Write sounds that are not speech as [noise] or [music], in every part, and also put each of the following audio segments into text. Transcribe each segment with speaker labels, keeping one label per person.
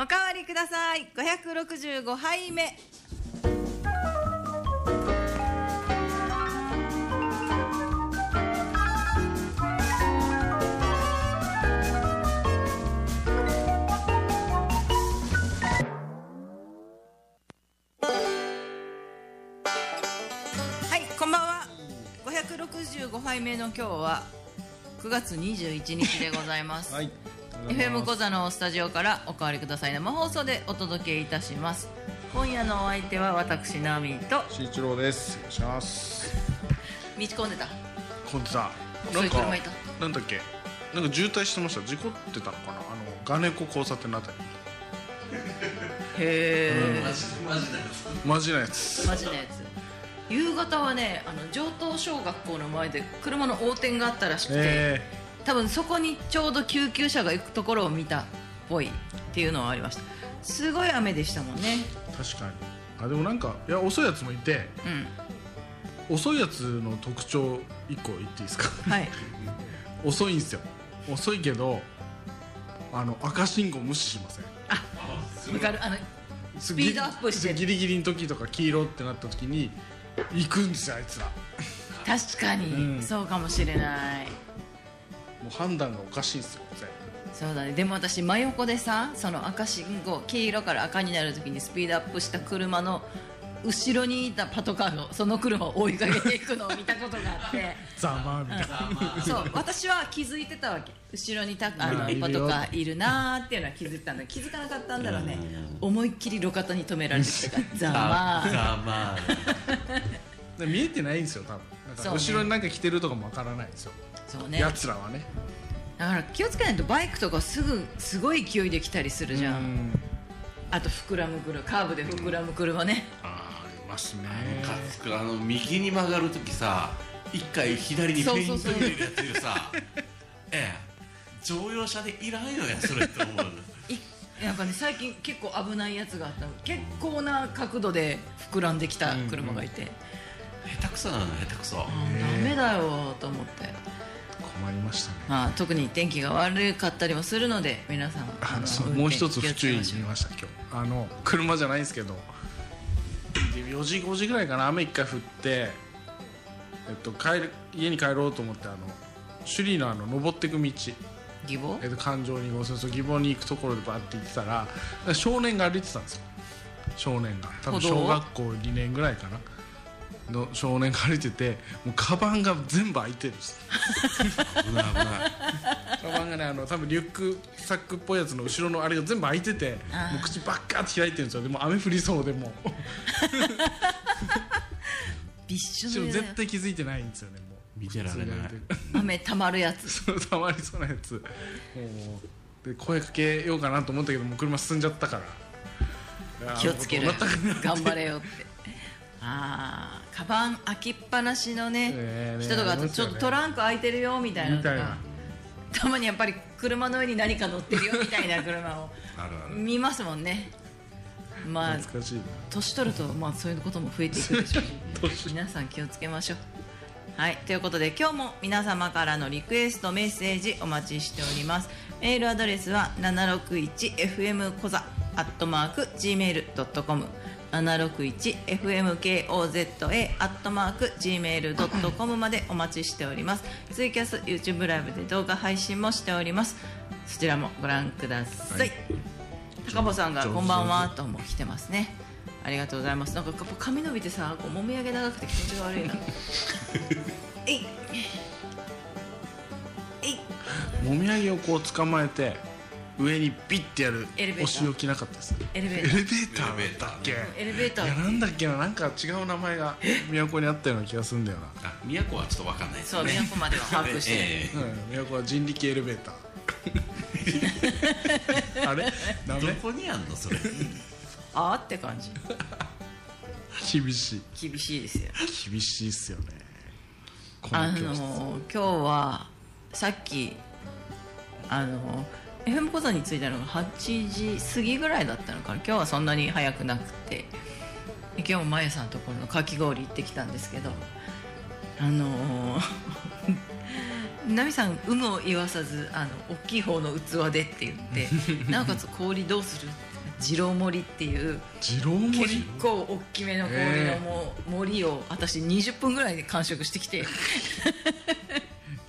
Speaker 1: おかわりください565杯目はいこんばんは565杯目の今日は9月21日でございます、
Speaker 2: はい。
Speaker 1: FM 小
Speaker 2: こ
Speaker 1: 座のスタジオからおかわりください生放送でお届けいたします今夜のお相手は私ナミと
Speaker 2: し一郎です。お願いします。
Speaker 1: 道込んでた
Speaker 2: コンテさん、
Speaker 1: そう
Speaker 2: ないん
Speaker 1: う車い
Speaker 2: か
Speaker 1: た
Speaker 2: なんだっけ、なんか渋滞してました。事故ってたのかな。あのガネコ交差点のあたり。
Speaker 1: へ
Speaker 2: マジなやつ
Speaker 1: え。マジなやつ夕方はねあの上東小学校の前で車の横転があったらしくて、
Speaker 2: え
Speaker 1: 多分そこにちょうど救急車が行くところを見たっぽいっていうのはありましたすごい雨でしたもんね
Speaker 2: え確かに。あでもなんかいや遅いやつもいて、
Speaker 1: うん
Speaker 2: 遅いやつの特徴一個言っていいですか。 [laughs]
Speaker 1: [laughs] はい
Speaker 2: 遅いんですよ。遅いけど、あの赤信号無視しません。
Speaker 1: わかるあの
Speaker 2: ス
Speaker 1: ピードアップしてる
Speaker 2: ギリギリの時とか黄色ってなった時に行くんですよあいつら。も
Speaker 1: 確かに、
Speaker 2: うん
Speaker 1: そうかもしれないう
Speaker 2: 判断がおかしいですよ全部。
Speaker 1: そうだねでも私真横でさその赤信号黄色から赤になる時にスピードアップした車の後ろにいたパトカーのその車を追いかけていくのを見たことがあって
Speaker 2: ざまあみたいな。
Speaker 1: そう私は気づいてたわけ後ろにたあの
Speaker 2: うん
Speaker 1: パトカーいるなーっていうのは気づいてたんだけど気づかなかったんだろうね思いっきり路肩に止められてたからざまあ
Speaker 3: ざまあ
Speaker 2: で見えてないんですよ多分なんか
Speaker 1: そうね
Speaker 2: 後ろになんか着てるとかもわからないんですよ、
Speaker 1: そう
Speaker 2: 奴
Speaker 1: ね
Speaker 2: やつらはね
Speaker 1: だから気をつけないとバイクとかすぐすごい勢いで来たりするじゃん、
Speaker 2: うん
Speaker 1: あと膨らむ車カーブで膨らむ車ね、
Speaker 2: あーありますね
Speaker 3: かつくあの右に曲がるときさ一回左にフェイント入れるやつでさ [laughs] ええ乗用車でいらんよやそれって思うの
Speaker 1: いなんかね最近結構危ないやつがあったの結構な角度で膨らんできた車がいて、
Speaker 3: 下手くそなの下手くそ
Speaker 1: あーダメだよと思って、
Speaker 2: 困りましたね
Speaker 1: まあ、特に天気が悪かったりもするので皆さん
Speaker 2: あ
Speaker 1: あ
Speaker 2: の
Speaker 1: の
Speaker 2: そう
Speaker 1: 運転
Speaker 2: もう一つ不注意
Speaker 1: 気を
Speaker 2: 見
Speaker 1: つけましょう
Speaker 2: ました今日あの車じゃないんですけどで4時5時ぐらいかな雨一回降って、えっと、帰る家に帰ろうと思ってあの首里のあの登ってく道、
Speaker 1: 義母
Speaker 2: えっと、環状に号線そう義母に行くところでバーって行ってたら少年が歩いてたんですよ少年が多分
Speaker 1: 歩道を
Speaker 2: 小学校2年ぐらいかなの少年が歩いててもうカバンが全部開いてるん
Speaker 1: [laughs]
Speaker 2: です
Speaker 3: 危ない危ない
Speaker 2: カバンがねあの多分リュックサックっぽいやつの後ろのあれが全部開いてても
Speaker 1: あー
Speaker 2: う口ばっかって開いてるんですよでも雨降りそうで
Speaker 1: [laughs]
Speaker 2: もう
Speaker 1: びっし
Speaker 2: しか
Speaker 1: ょ濡
Speaker 2: も
Speaker 1: れだよ
Speaker 2: 絶対気づいてないんですよねもう
Speaker 3: 見てられない
Speaker 2: 普通に歩てる
Speaker 1: 雨たまるやつ
Speaker 2: その [laughs] たまりそうなやつもうで声かけようかなと思ったけどもう車進んじゃったから
Speaker 1: 気をつける
Speaker 2: あーもう止まったくなっ
Speaker 1: 頑
Speaker 2: て
Speaker 1: 張れよってああカバン開きっぱなしのね,、
Speaker 2: えーね
Speaker 1: 人とかあ
Speaker 2: あり
Speaker 1: と
Speaker 2: ます
Speaker 1: ちょ
Speaker 2: よ
Speaker 1: っ
Speaker 2: ね
Speaker 1: とトランク開いてるよみたいなのと
Speaker 2: みたい
Speaker 1: か
Speaker 2: な
Speaker 1: たまにやっぱり車の上に何か乗ってるよみたいな車を
Speaker 3: あるある
Speaker 1: 見ますもんねまあ
Speaker 2: 懐かしいな
Speaker 1: 年取るとまあそういうことも増えていくでしょう
Speaker 2: [laughs]
Speaker 1: 皆さん気をつけましょうはいということで今日も皆様からのリクエストメッセージお待ちしておりますメールアドレスは 761fm コザアットマーク gmail.com 761fmkoza アットマーク gmail.com までお待ちしておりますツイキャス YouTube ライブで動画配信もしておりますそちらもご覧ください、高坊さんが「こんばんは」とも来てますねありがとうございますなんかやっぱ髪伸びてさこうもみあげ長くて気持ちが悪いなえいえい
Speaker 2: もみあげをこう捕まえて上にビッてやる
Speaker 1: エレベーター
Speaker 2: お仕置きなかったです
Speaker 1: エレベ
Speaker 2: エレ
Speaker 1: ー
Speaker 2: ベ
Speaker 1: ター
Speaker 2: ーターだっけ
Speaker 1: エレベータ
Speaker 2: いや
Speaker 1: ー
Speaker 2: なんだっけななんか違う名前が都にあったような気がするんだよな
Speaker 3: あ都はちょっとわかんないです
Speaker 1: そう
Speaker 3: ね
Speaker 1: 都までは把握してない、
Speaker 3: え
Speaker 2: うん都は人力エレ
Speaker 1: [laughs]
Speaker 2: ベーターあれダ
Speaker 3: えど
Speaker 2: メ
Speaker 3: こにあんのそれ
Speaker 1: あーって感じ
Speaker 2: 厳しい
Speaker 1: 厳しいですよ
Speaker 2: 厳しいっすよねこ
Speaker 1: あ
Speaker 2: の教室
Speaker 1: の今日はさっきあの FM 講座に着いたのが8時過ぎぐらいだったのかな今日はそんなに早くなくてで今日もまゆさんのところのかき氷行ってきたんですけどあの [laughs] ナミさん有無を言わさずあの大きい方の器でって言って
Speaker 2: [laughs]
Speaker 1: なおかつ氷どうする二郎盛りっていう
Speaker 2: 二郎盛
Speaker 1: 結
Speaker 2: り
Speaker 1: 構大きめの氷
Speaker 2: へ
Speaker 1: の
Speaker 2: え
Speaker 1: もう盛りを私20分ぐらいで完食してきて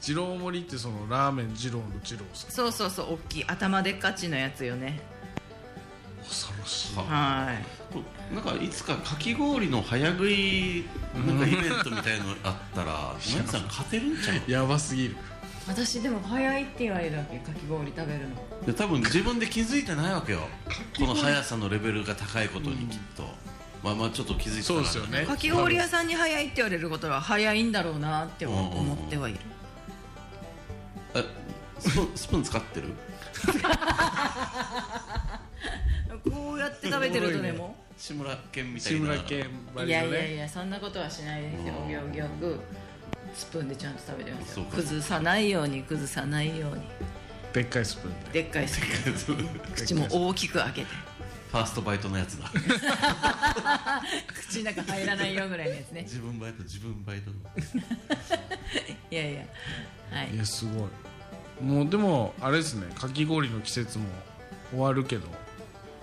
Speaker 2: 二郎盛りってそのラーメン二郎の二郎さん
Speaker 1: そうそうそう大きい頭でっかちのやつよね
Speaker 2: 恐ろしい
Speaker 3: は
Speaker 1: はい
Speaker 3: なんかいつかかき氷の早食いなんかイベントみたいのあった [laughs] ら皆さん勝てるんちゃう
Speaker 2: やばすぎる
Speaker 1: 私でも早いって言われるわけかき氷食べるの
Speaker 3: で多分自分で気づいてないわけよこの速さのレベルが高いことにきっと、まあまあちょっと気づいてた
Speaker 2: そう
Speaker 3: ら
Speaker 2: ですよね
Speaker 1: かき氷屋さんに早いって言われることは早いんだろうなって思ってはいる
Speaker 3: あスプーンスプーン使ってる
Speaker 1: こうやって食べてるとでも
Speaker 3: 志村けんみ [laughs] た
Speaker 2: 志
Speaker 3: いな
Speaker 2: 村けん
Speaker 1: [laughs]
Speaker 2: ば
Speaker 1: い
Speaker 2: り
Speaker 1: や
Speaker 2: の
Speaker 1: いや
Speaker 2: ね
Speaker 1: いやそんなことはしないですよ
Speaker 3: うん
Speaker 1: お行儀よくスプーンでちゃんと食べてます
Speaker 3: そう
Speaker 1: よ
Speaker 3: か
Speaker 1: 崩さないように崩さないように
Speaker 2: でっかいスプーンで
Speaker 1: で [laughs] っかいスプーン口も大きく開けて
Speaker 3: ファーストバイトのやつだ
Speaker 1: [laughs] 口の中入らないよぐらいのやつね
Speaker 3: 自分バイト自分バイトの
Speaker 1: いやいやはい
Speaker 2: いやすごいもうでもあれですねかき氷の季節も終わるけど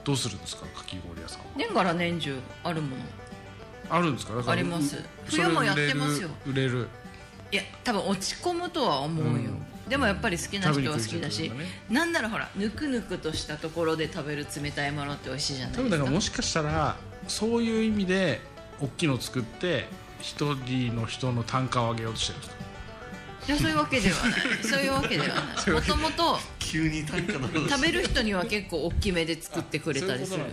Speaker 2: どうするんですかかき氷屋さんは
Speaker 1: 年がら年中あるもの
Speaker 2: あるんですかだから
Speaker 1: あります
Speaker 2: それ
Speaker 1: 冬もやってますよ
Speaker 2: 売れる売れる
Speaker 1: いや多分落ち込むとは思うよ、でもやっぱり好きな
Speaker 2: 食べに
Speaker 1: 人は
Speaker 2: く
Speaker 1: 好
Speaker 2: い時
Speaker 1: きだし、
Speaker 2: とかね
Speaker 1: なんならほらぬくぬくとしたところで食べる冷たいものって美味しいじゃない
Speaker 2: 多
Speaker 1: で
Speaker 2: 分
Speaker 1: す
Speaker 2: だ
Speaker 1: か
Speaker 2: からもしかしたらそういう意味で大きいの作って一人の人の単価を上げようとしてるんですか
Speaker 1: いやそういうわけではない
Speaker 2: [laughs]
Speaker 1: そういうわけではないもともと
Speaker 3: 急に単価の話
Speaker 1: 食べる人には結構大きめで作ってくれたりする
Speaker 2: あ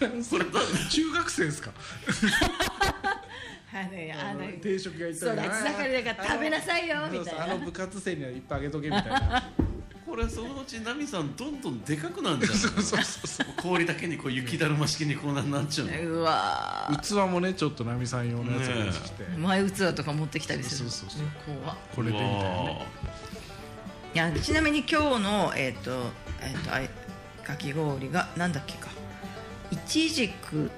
Speaker 2: そういうこと
Speaker 1: うん
Speaker 3: それだ
Speaker 2: 中学生ですか
Speaker 1: あのねあのね
Speaker 2: 定食がいた
Speaker 1: 育ち盛りだから食べなさいよ
Speaker 2: あの
Speaker 1: みたい
Speaker 2: あの
Speaker 1: な
Speaker 2: 部活生にはいっぱいあげとけみたいな
Speaker 1: [laughs]
Speaker 3: これそのうちナミさんどんどんでかくなるんじゃないそうそうそう氷だけにこう雪だるま式にこうななっちゃうの
Speaker 1: うわー
Speaker 2: 器もねちょっとナミさん用のやつが出て
Speaker 1: [laughs]
Speaker 2: きて、
Speaker 1: 前器とか持ってきたりする
Speaker 2: そうそうそう
Speaker 1: 向こうは
Speaker 2: これでみたいなね
Speaker 1: いやちなみに今日のえっ、とえっ、とあれかき氷がなんだっけかいちじく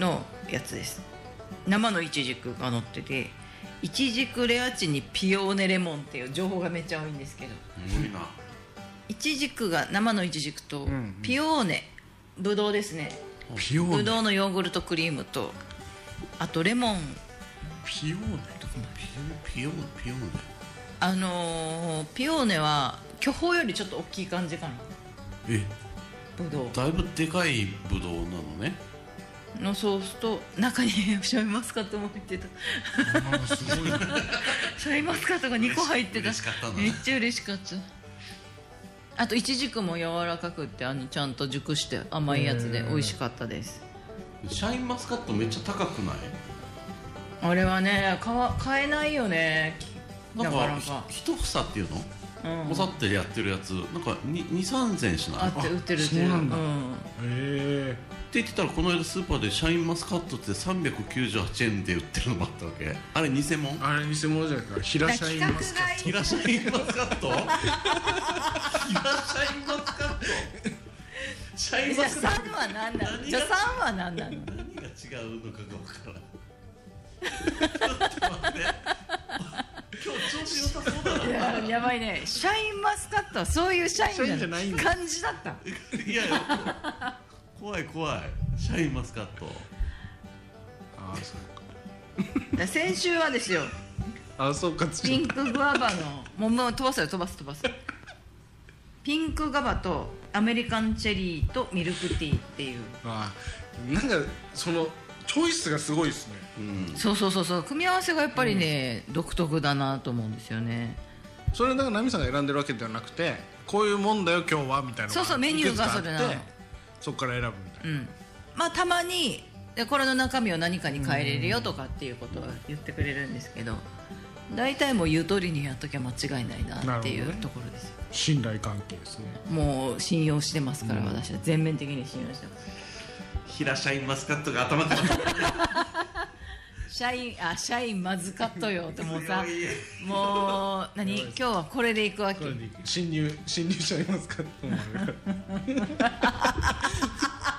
Speaker 1: のやつです生のいちじくが乗ってていちじくレアチにピオーネレモンっていう情報がめっちゃ多いんですけど
Speaker 3: すごいない
Speaker 1: ちじくが生のいちじくと
Speaker 2: んうん
Speaker 1: ピオーネぶどうですね
Speaker 2: ピオ
Speaker 1: ぶ
Speaker 2: ーネ
Speaker 1: どうのヨーグルトクリームとあとレモン
Speaker 2: ピオーネ
Speaker 3: ピヨンピヨン
Speaker 1: あのーピオーネは巨峰よりちょっと大きい感じかな
Speaker 3: え
Speaker 1: ぶどう
Speaker 3: だいぶでかいブドウなのね
Speaker 1: のソースと中にシャインマスカットも入ってた
Speaker 2: あすごいね
Speaker 1: シャインマスカットが2個入ってた
Speaker 3: 嬉しかったんだ
Speaker 1: めっちゃ嬉しかったあとイチジクも柔らかくってあのちゃんと熟して甘いやつで美味しかったです
Speaker 3: シャインマスカットめっちゃ高くない
Speaker 1: あれはね買わ買えないよね
Speaker 3: な
Speaker 1: なんかな
Speaker 3: か
Speaker 1: か、
Speaker 3: ひ一房っていうの
Speaker 1: うん、
Speaker 3: おさってやってるやつなんか23000円しない
Speaker 1: あ
Speaker 3: っ
Speaker 1: って売ってる売ってる
Speaker 2: そうなんだ
Speaker 1: うん
Speaker 2: え
Speaker 3: て言ってたらこの間スーパーでシャインマスカットって398円で売ってるのもあったわけあれ偽物
Speaker 2: えあれ偽物じゃないか平社員マスカ
Speaker 1: 企
Speaker 3: いらっしゃいマス
Speaker 1: [laughs]
Speaker 3: カットいらっしゃいマスカットシャイン
Speaker 1: じゃ
Speaker 3: マ
Speaker 1: あ
Speaker 3: スカット
Speaker 1: 3は何なの
Speaker 3: 何
Speaker 1: じゃ
Speaker 3: が
Speaker 1: あ3は何なの
Speaker 3: 何が違うのかが分
Speaker 1: [laughs]
Speaker 3: からないちょっと待って今日調子良さそうだない
Speaker 1: ややばいねシャインマスカットはそういうシャ
Speaker 2: シャ
Speaker 1: イ
Speaker 2: インじゃ
Speaker 1: ン
Speaker 2: ないん
Speaker 1: な
Speaker 2: だ
Speaker 1: 感じだった
Speaker 3: いやいや怖い怖いシャインマスカット
Speaker 2: ああそうか
Speaker 1: だから先週はですよ
Speaker 2: あそうかつ
Speaker 1: ピンクグアバのもうもう飛ばすよ飛ばす飛ばすピンクガバとアメリカンチェリーとミルクティーっていう
Speaker 2: あーなんかそのチョイスがすごいですね
Speaker 3: うん
Speaker 1: そうそうそうそう組み合わせがやっぱりね、独特だなと思うんですよね
Speaker 2: それはだからナミさんが選んでるわけではなくてこういうもんだよ今日はみたいなのが
Speaker 1: そうそうメニューが
Speaker 2: いくつかあって
Speaker 1: それなの
Speaker 2: そこから選ぶみたいな、
Speaker 1: うんまあたまにでこれの中身を何かに変えれるよとかっていうことは言ってくれるんですけど大体もう言う通りにやっときゃ間違いないなってい
Speaker 2: なるほど
Speaker 1: う
Speaker 2: ね
Speaker 1: ところですよ
Speaker 2: 信頼関係ですね
Speaker 1: もう信用してますから私は全面的に信用してます
Speaker 3: 平シャインマスカットが頭から
Speaker 1: シャインあシャインマズカットよってもうさ
Speaker 3: 強い
Speaker 1: もう何今日はこれでいくわけ
Speaker 2: これでいい侵入侵入しちゃいますかって思うから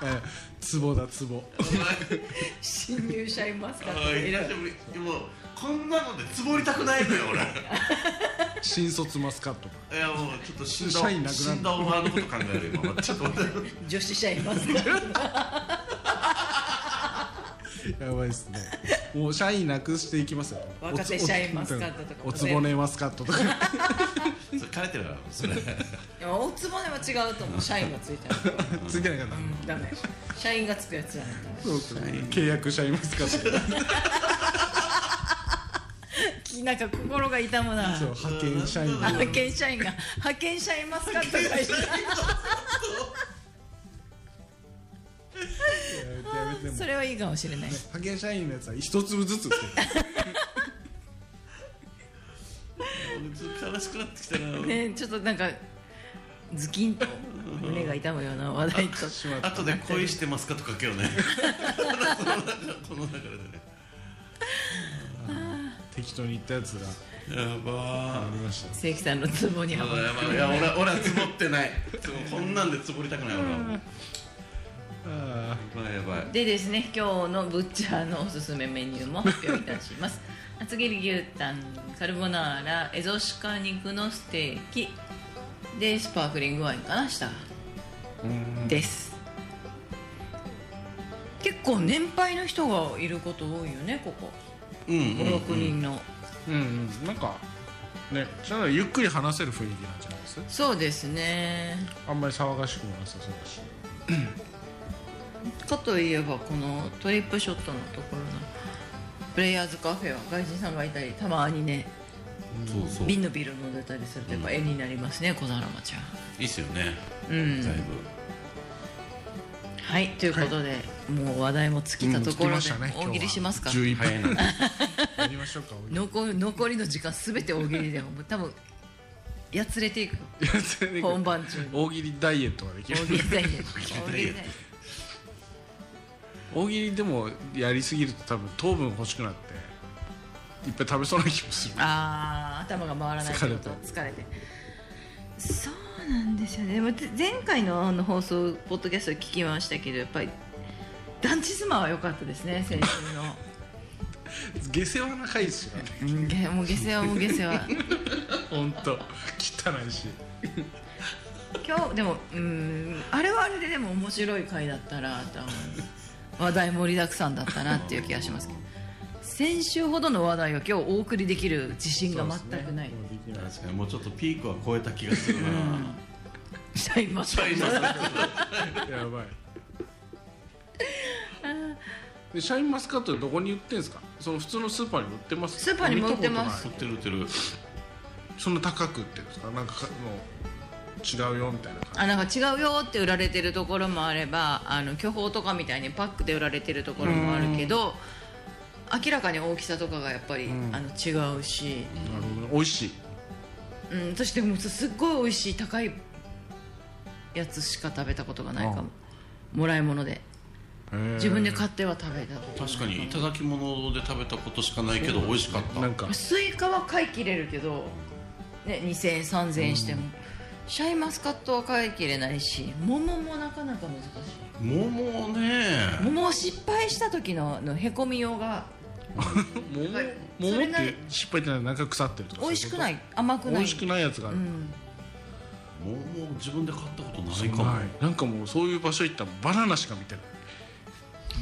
Speaker 2: [laughs] えツボだツボ
Speaker 3: お前
Speaker 1: 新入社員マスカ
Speaker 3: あー久しぶりもうこんなので積もりたくないのよ俺
Speaker 2: 新卒マスカット
Speaker 3: いやもうちょっと死ん
Speaker 2: 社員な
Speaker 3: だ
Speaker 2: くなる
Speaker 3: 死んだオファーのこと考えるよ今ちょっと待って
Speaker 1: 女子社員マスカッ
Speaker 2: [laughs] やばいですねもう社員なくしていきますよ
Speaker 1: 若手
Speaker 2: おつ
Speaker 1: 社員マスカットとか
Speaker 2: おつぼねマスカットとか
Speaker 3: それ枯れてるからそれ
Speaker 1: トいや大坪では違うと思う社員がついたら、
Speaker 2: ついてなかった
Speaker 1: うん、ダメ社員がつくやつじゃないと
Speaker 2: そうですね契約社員マスカット
Speaker 1: きなんか心が痛むな
Speaker 2: そう派遣
Speaker 1: [laughs]
Speaker 2: 社員
Speaker 1: 派遣社員が派遣社員マスカットがいい
Speaker 2: やめてもう
Speaker 1: それはいいかもしれない
Speaker 2: 派遣社員のやつは一粒ずつって
Speaker 3: 俺ちょっと悲しくなってきたな
Speaker 1: ねちょっとなんかズキンと胸が痛むような話題と
Speaker 2: しまった
Speaker 3: 後で恋してますかとかけようねこの流れ
Speaker 2: 適当に言ったやつが
Speaker 3: でねやば
Speaker 2: ありました
Speaker 1: 関さんのツボにはまる
Speaker 3: ーいや俺俺は積もってないでもこんなんで積もりたくない俺はや
Speaker 2: あ
Speaker 3: ばいやばい
Speaker 1: でですね今日のブッチャーのおすすめメニューも発表いたし
Speaker 3: [laughs]
Speaker 1: ます厚切り牛タンカルボナーラエゾシカ肉のステーキでスパークリングワインかな下がです結構年配の人がいること多いよねここ
Speaker 3: うんうんうん
Speaker 1: 56人の、
Speaker 2: ーうんうんなんかねそれならゆっくり話せる雰囲気なんじゃないです
Speaker 1: そうですね
Speaker 2: あんまり騒がしくもなさそうだし
Speaker 1: かといえばこのトリップショットのところのプレイヤーズカフェは外人さんがいたりたまにね
Speaker 3: そうそうい
Speaker 1: 瓶のビール飲んでたりするとやっぱ絵になりますね小皿町は。
Speaker 3: いっすよね
Speaker 1: う
Speaker 3: だい
Speaker 1: ん
Speaker 3: ぶ、
Speaker 1: はいということで、もう話題も尽きたとこ
Speaker 2: う
Speaker 1: ろ
Speaker 2: ん尽きま
Speaker 1: で
Speaker 2: したね
Speaker 1: 大喜利しますか
Speaker 2: 11
Speaker 3: 早いな
Speaker 2: やりましょうか [laughs] おい
Speaker 1: 残り残りの時間すべて大喜利でもう多分やつれて [laughs] いくよ
Speaker 2: やつれてくる
Speaker 1: 本番中に
Speaker 2: 大喜利ダイエットができ
Speaker 1: 大
Speaker 2: る
Speaker 1: 喜利だよ大
Speaker 3: 大
Speaker 1: 喜
Speaker 3: 喜
Speaker 1: 利
Speaker 3: 利
Speaker 1: だよ
Speaker 2: 大喜利でもやりすぎると多分糖分欲しくなっていっぱい食べそうな気もする
Speaker 1: ああ頭が回らないってこと疲れてそうなんですよねでもぜ前回のあの放送ポッドキャストを聞きましたけどやっぱりダンチスマは良かったですね先週の。
Speaker 2: 下世話な回ですよね
Speaker 1: [laughs] うんげもう下世話も下世話
Speaker 2: [laughs] 本当汚いし
Speaker 1: 今日でもうんあれはあれででも面白い回だったなとは思います話題盛りだくさんだったなっていう気がしますけど先週ほどの話題を今日お送りできる自信が全くない、
Speaker 2: そうですねできない
Speaker 3: 確かにもうちょっとピークは超えた気がするな
Speaker 1: シャインマスカ
Speaker 3: 大
Speaker 1: ッ
Speaker 3: 丈
Speaker 1: ト
Speaker 2: や
Speaker 1: [laughs]
Speaker 2: ばいでシャインマスカットどこに売ってんすかその普通のスーパーに売ってます
Speaker 1: スーパーにも売ってます
Speaker 3: 夫撮ってる撮ってる
Speaker 2: そんな高く売ってるんですかなんかかもう違うよみたいな感
Speaker 1: あなんか違うよって売られてるところもあればあの巨峰とかみたいにパックで売られてるところもあるけど明らかに大きさとかがやっぱり、あの違うし、
Speaker 2: じなるほどね美味しい
Speaker 1: うん、私でもすっごい美味しい高いやつしか食べたことがないかももらい物で自分で買っては食べたことない
Speaker 3: 確かにいただき物で食べたことしかないけど美味しかった
Speaker 2: なんか
Speaker 1: スイカは買い切れるけど、ね、2000円3000円しても、シャインマスカットは買い切れないし桃もなかなか難しい
Speaker 3: 桃ね
Speaker 1: 桃を失敗した時のあのへこみようが
Speaker 2: 桃
Speaker 1: はいそ
Speaker 2: 桃
Speaker 1: れ
Speaker 2: っ
Speaker 1: な
Speaker 2: て失敗ってない中腐ってるとか
Speaker 1: 美味しく
Speaker 2: い
Speaker 1: ない甘く
Speaker 2: 美
Speaker 1: ない
Speaker 2: 味しくないやつがある
Speaker 1: うん、
Speaker 3: 桃自分で買ったことないかも
Speaker 2: はいなんかもうそういう場所行ったらバナナしか見てない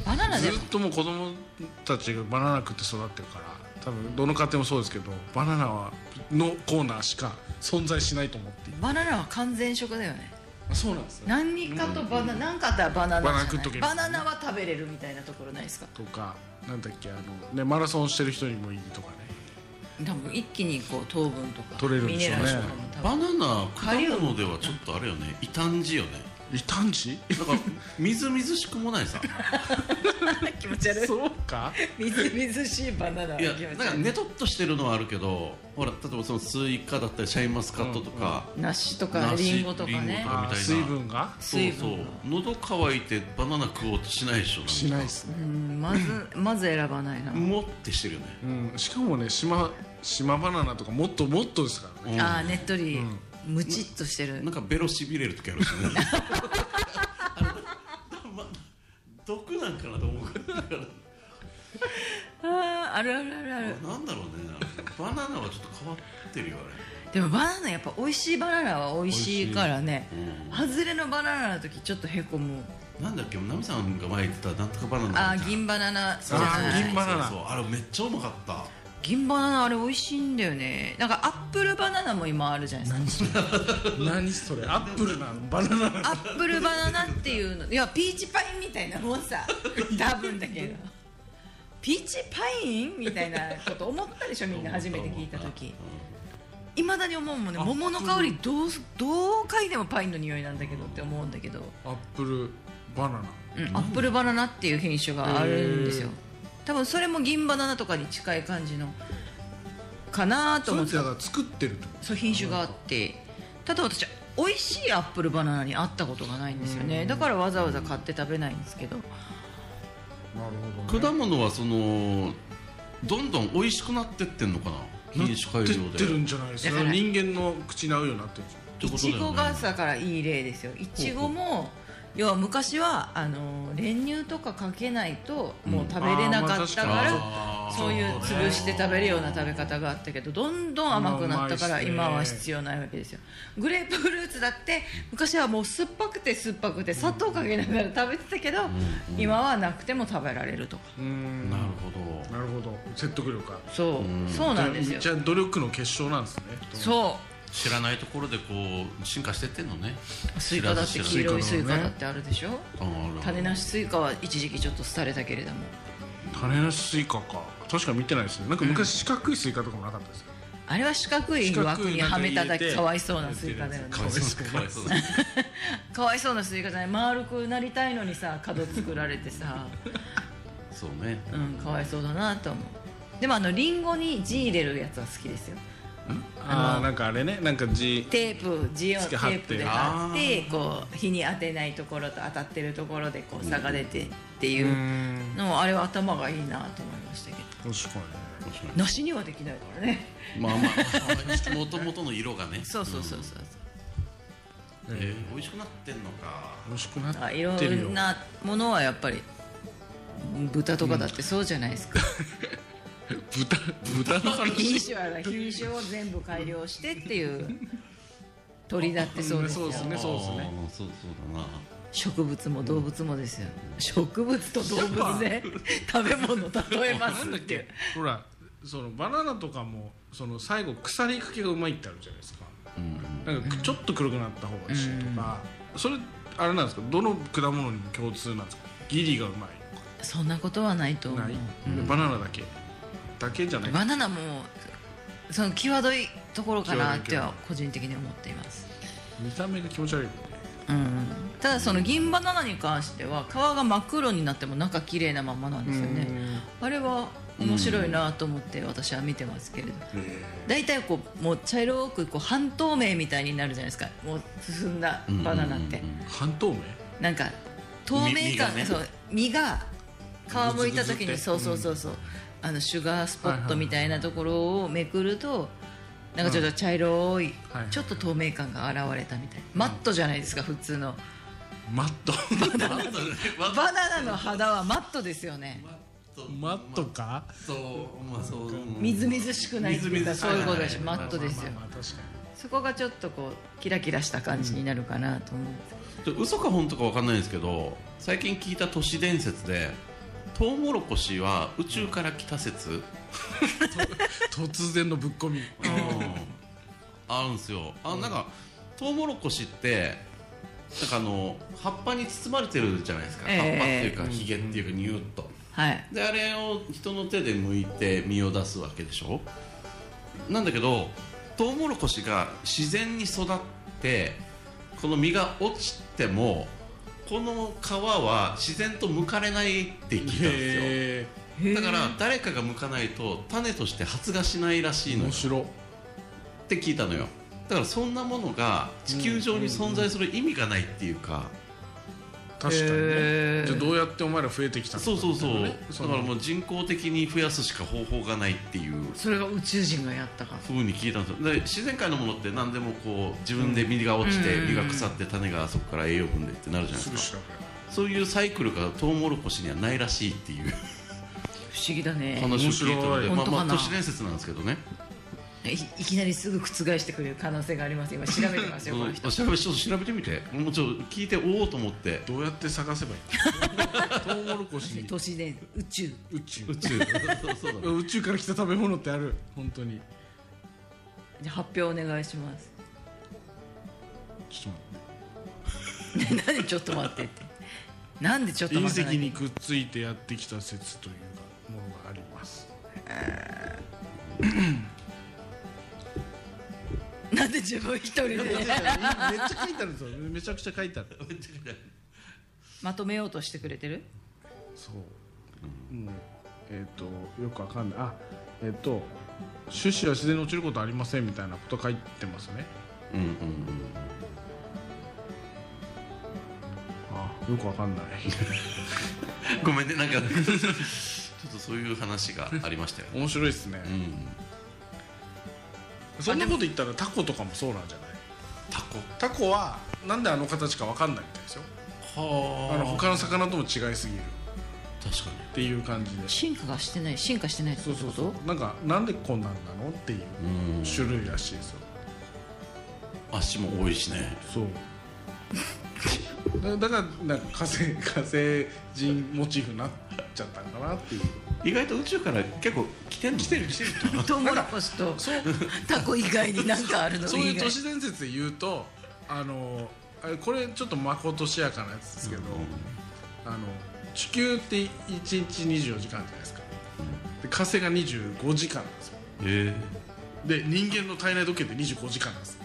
Speaker 1: バナナで
Speaker 2: ずっ
Speaker 1: も
Speaker 2: ともう子供たちがバナナ食って育ってるから多分どの家庭もそうですけどバナナはのコーナーしか存在しないと思っている
Speaker 1: バナナは完全食だよね
Speaker 2: そうなんですね
Speaker 1: 何かとバナナ何かあったらバナナじゃ
Speaker 2: バナナ
Speaker 1: ない
Speaker 2: 食っとけ
Speaker 1: バナナは食べれるみたいなところないですか
Speaker 2: とかなんだっけあの、ね、マラソンしてる人にもいいとかね
Speaker 1: 多分一気にこう糖分とか
Speaker 2: 取れるんでしょうね
Speaker 1: ミネラルとかも多分
Speaker 3: バナナ果物ではちょっとあれよね異端児よね
Speaker 2: 異端児
Speaker 3: だからみずみずしくもないさ
Speaker 1: 気持ち悪い
Speaker 2: そうか
Speaker 1: み [laughs] ずみずしいバナナはい気
Speaker 3: や
Speaker 1: 持ち悪
Speaker 3: なんかねとっとしてるのはあるけどほら例えばそのスイカだったりシャインマスカットとか、
Speaker 1: 梨とか
Speaker 3: 梨
Speaker 1: リンゴとか
Speaker 3: リン
Speaker 1: ね
Speaker 3: ゴとか
Speaker 2: あー水分が
Speaker 1: 水
Speaker 3: そう
Speaker 1: 分が
Speaker 3: そう喉乾いてバナナ食おうとしないでしょ
Speaker 2: しないですね
Speaker 1: う、んまずまず選ばないな
Speaker 3: なんかもってしてるよね
Speaker 2: うん、しかもね島島バナナとかもっともっとですからね
Speaker 3: うん
Speaker 1: ああねっとりムチっとしてる
Speaker 3: なんかベロしびれる時あるしねあれだだま毒なんかなと思うから
Speaker 1: あーあるあるあるある
Speaker 3: なんだろうねバナナはちょっと変わってるよあ
Speaker 1: でもバナナやっぱ美味しいバナナは美味しいからね
Speaker 3: れ、うん
Speaker 1: 外れのバナナの時ちょっとへこむ
Speaker 3: なんだっけ、ナミさんが前言ってた、なんとかバナナ。
Speaker 1: あー銀バナナそうじゃ
Speaker 2: あ
Speaker 1: な
Speaker 2: ー
Speaker 1: い
Speaker 2: 銀バナナ
Speaker 3: そうそうそうあれめっちゃうまかった。
Speaker 1: 銀バナナあれ美味しいんだよねなんかアップルバナナも今あるじゃないですか
Speaker 2: 何
Speaker 3: [laughs]
Speaker 2: それ何それアップルなのバナナなの
Speaker 1: アップルバナナっていうのいやピーチパインみたいなもんさ [laughs] 多分だけどピーチパインみたいなこと思ったでしょみんな初めて聞いた時いまだに思うもんね
Speaker 2: アップル
Speaker 1: 桃の香りどうどう嗅いでもパインの匂いなんだけどって思うんだけど、
Speaker 2: アップルバナナ
Speaker 1: うん、アップルバナナっていう品種があるんですよ多分それも銀バナナとかに近い感じのかなと
Speaker 2: そ
Speaker 1: 思
Speaker 2: れ
Speaker 1: っ
Speaker 2: っててだから作ってるってこ
Speaker 1: そう品種があってただ私美味しいアップルバナナに会ったことがないんですよねだからわざわざ買って食べないんですけど
Speaker 2: となるほど、ね、
Speaker 3: 果物はその、どんどん美味しくなってってんのかな。品種改良
Speaker 2: な
Speaker 3: で。
Speaker 2: ってってるんじゃないです
Speaker 1: だから
Speaker 2: か人間の口に合うようになってるんじゃ
Speaker 3: って
Speaker 1: い
Speaker 3: ことだ
Speaker 1: ち
Speaker 3: よ
Speaker 1: ご
Speaker 3: ね
Speaker 1: がさからいい例ですよいちごも要は昔はあの練乳とかかけないともう食べれなかったか
Speaker 2: うんあーまあ確
Speaker 1: ら
Speaker 2: か
Speaker 3: あー
Speaker 1: そういう潰して食べるような食べ方があったけどどんどん甘くなったから
Speaker 2: まあうまいっすね
Speaker 1: 今は必要ないわけですよグレープフルーツだって昔はもう酸っぱくて酸っぱくて砂糖かけながら食べてたけど
Speaker 3: うん
Speaker 1: 今はなくても食べられるとか
Speaker 2: うーん
Speaker 3: なる
Speaker 2: ほなるほど説得力ある
Speaker 1: そう
Speaker 3: うん
Speaker 1: そうなんですよ
Speaker 2: じゃあ努力の結晶なんですね
Speaker 1: そ
Speaker 3: ど。知らないところでこう進化してってんのね。
Speaker 1: うスイカだって黄色いスイカ
Speaker 2: 知らず知らず
Speaker 1: だってあるでしょ
Speaker 3: あーある
Speaker 1: 種なしスイカは一時期ちょっと廃れたけれども
Speaker 2: 種なしスイカか確か見てないですねなんか昔四角いスイカとかもなかったですよ、
Speaker 1: あれは四角い
Speaker 2: 四角
Speaker 1: 枠
Speaker 2: い
Speaker 1: にはめただけ
Speaker 2: なんか入れて
Speaker 1: かわいそうなスイカだよね
Speaker 3: かわいそうかわいそうだ。
Speaker 1: かわいそうなスイカじゃない丸くなりたいのにさ角作られてさ、 [laughs]
Speaker 3: そうね。
Speaker 1: うん、かわいそうだなと思うでもあのリンゴに字入れるやつは好きですよあ
Speaker 2: あ
Speaker 1: の
Speaker 2: あーなんかあれねなんか字
Speaker 1: テープ字を
Speaker 2: つ
Speaker 1: テ
Speaker 2: け貼って
Speaker 1: ープで貼ってこう日に当てないところと当たってるところでこう差が出てって
Speaker 2: うー
Speaker 1: いうんのもあれは頭がいいなと思いましたけど
Speaker 2: 確か
Speaker 3: 面白い
Speaker 1: 梨にはできないからね
Speaker 3: まあまあもともとの色がね。
Speaker 1: そうそうそうそう、
Speaker 2: に
Speaker 3: うん。
Speaker 2: ね
Speaker 3: えー美味しくなってんのか。
Speaker 2: 美味しくな
Speaker 1: あい
Speaker 2: っ
Speaker 1: ろ
Speaker 2: てるよ
Speaker 1: んなものはやっぱり豚とかだってそうじゃないですか、
Speaker 2: 豚豚
Speaker 1: 品
Speaker 2: の話
Speaker 1: 種は品種を全部改良してっていう鳥だってそうですよ
Speaker 2: そうですねそうですね
Speaker 3: あー。そうそうだな。
Speaker 1: 植物も動物もですよ植物と動物で食べ物例えますっていう
Speaker 2: ほらそのバナナとかもその最後腐りかけがうまいってあるじゃないですか
Speaker 3: うん。
Speaker 2: なんかちょっと黒くなった方が美味しいとか、それあれなんですかどの果物にも共通なんですかギリがうまい
Speaker 1: そんなことはないと
Speaker 2: と
Speaker 1: 思
Speaker 2: か
Speaker 1: う
Speaker 2: ない、バナナだけだけじゃない
Speaker 1: バナナもその際どいところかなって
Speaker 2: 際ど
Speaker 1: はい個人的に思っています
Speaker 2: 見た目が気持ち悪いもんね
Speaker 1: うんただその銀バナナに関しては皮が真っ黒になっても中綺麗なままなんですよね、あれは面白いなと思って私は見てますけれど大体こうもう茶色くこう半透明みたいになるじゃないですかもう進んだバナナって
Speaker 3: うんうんうん
Speaker 2: 半透明
Speaker 1: なんか透明感
Speaker 3: み実がね
Speaker 1: そう実が皮むいた時
Speaker 2: ぐずぐずっ
Speaker 1: に
Speaker 2: て
Speaker 1: そうそうそうそうあのシュガースポットみたいなところをめくるとなんかちょっと茶色い
Speaker 2: はいはい
Speaker 1: ちょっと透明感が現れたみたいなマットじゃないですか普通の
Speaker 2: マッ
Speaker 1: [laughs]
Speaker 2: ト
Speaker 3: マットねマ
Speaker 1: バナナの肌はマットですよね
Speaker 3: ット
Speaker 2: マットか
Speaker 3: そうまあそう
Speaker 1: みずみずしくないっていうか
Speaker 3: みずみずしく
Speaker 1: そう
Speaker 3: ない
Speaker 1: いうことでしょマット
Speaker 2: まあ
Speaker 1: ですよ
Speaker 2: まあまあ確かに
Speaker 1: そこがちょっとこうキラキラした感じになるかなと思う、
Speaker 3: ちょ嘘か本当かわかんないんですけど最近聞いた都市伝説でトウモロコシは宇宙から来た説、
Speaker 2: 突然のぶっ
Speaker 1: [laughs]
Speaker 2: 込み
Speaker 3: あるんですよあなんかトウモロコシってなんかあの葉っぱに包まれてるじゃないですか、
Speaker 1: ええ
Speaker 3: 葉っぱっていうか
Speaker 2: うん
Speaker 3: ひげっていうかニューッと
Speaker 1: はい
Speaker 3: であれを人の手で剥いて実を出すわけでしょなんだけどトウモロコシが自然に育ってこの実が落ちてもこの皮は自然と剥かれないって聞いたんで
Speaker 2: へえ
Speaker 3: すよだから誰かが剥かないと種として発芽しないらしいのよ
Speaker 2: 面白
Speaker 3: って聞いたのよだからそんなものが地球上に存在する意味がないっていうか、
Speaker 2: 確
Speaker 1: へ
Speaker 2: かにね
Speaker 1: ー
Speaker 2: じゃあどうやってお前ら増えてきたの
Speaker 3: そうそうそう、
Speaker 2: ね
Speaker 3: だからもう人工的に増やすしか方法がないっていう
Speaker 1: それが宇宙人がやったか
Speaker 3: ふうに聞いたんですよで自然界のものって何でもこう自分で実が落ちて
Speaker 1: うん
Speaker 3: 実が腐って種がそこから栄養分でってなるじゃない
Speaker 2: す
Speaker 3: で
Speaker 2: ぐ
Speaker 3: すか
Speaker 2: 調べる
Speaker 3: そういうサイクルがトウモロコシにはないらしいっていう
Speaker 1: 不思議だね
Speaker 3: 話を聞いたの
Speaker 2: 面白い
Speaker 3: で、まあ、まあ
Speaker 1: 本当かな
Speaker 3: 都市伝説なんですけどね
Speaker 1: いいきなりすぐ覆してくれる可能性があります今調べて
Speaker 2: [laughs]
Speaker 1: ますよ
Speaker 3: う
Speaker 1: こ
Speaker 3: ん
Speaker 1: の人
Speaker 3: お調べちょっと調べてみてもうちょっと聞いておおうと思って
Speaker 2: どうやって探せばいいのトウモロコシに
Speaker 1: 都市伝宇宙
Speaker 2: 宇宙
Speaker 3: 宇宙 [laughs] そうそうだね
Speaker 2: 宇宙から来た食べ物ってある本当に
Speaker 1: じゃあ発表お願いします [laughs]
Speaker 2: ちょっ
Speaker 1: なんでちょっと待ってってなんでちょっ
Speaker 2: と
Speaker 1: と待
Speaker 2: 待
Speaker 1: っ
Speaker 2: ってて隕石にくっついてやってきた説というかものがあります
Speaker 1: なんで自分一人で [laughs]
Speaker 2: めっちゃ書いてあるんですよめちゃくちゃ書いてある
Speaker 1: まとめようとしてくれてる
Speaker 2: そうもうえっ、とよくわかんないあえっ、と種子は自然に落ちることはありませんみたいなこと書いてますね
Speaker 3: うんうん
Speaker 2: あよくわかんない
Speaker 3: うんごめんねなんかちょっとそういう話がありましたよ、
Speaker 2: 面白いですね
Speaker 3: うん、
Speaker 2: そんなこと言ったらタコとかもそうなんじゃない
Speaker 3: タコ
Speaker 2: タコはなんであの形かわかんないみたいですよ
Speaker 3: は
Speaker 2: あの他の魚とも違いすぎる
Speaker 3: 確か
Speaker 2: っていう感じで
Speaker 1: 進化がしてない進化してないって
Speaker 2: そ
Speaker 1: こ
Speaker 2: う
Speaker 1: と
Speaker 2: そうそうなんかなんでこんなんなのっていう
Speaker 3: にうん
Speaker 2: 種類らしいですよ
Speaker 3: 足も多いしね
Speaker 2: そうだだからなんか火星火星人モチーフになっちゃったのかなっていう
Speaker 3: 意外と宇宙から結構来てんの来てる来てる
Speaker 1: トウモロコシとタコ以外に何かあるの
Speaker 2: そういう
Speaker 1: 以
Speaker 2: 都
Speaker 1: 外
Speaker 2: 市伝説で言うとあのあれこれちょっとまことしやかなやつですけど、あの地球って1日24時間じゃないですかで火星が25時間なんですよ
Speaker 3: え
Speaker 2: で人間の体内時計って25時間なんです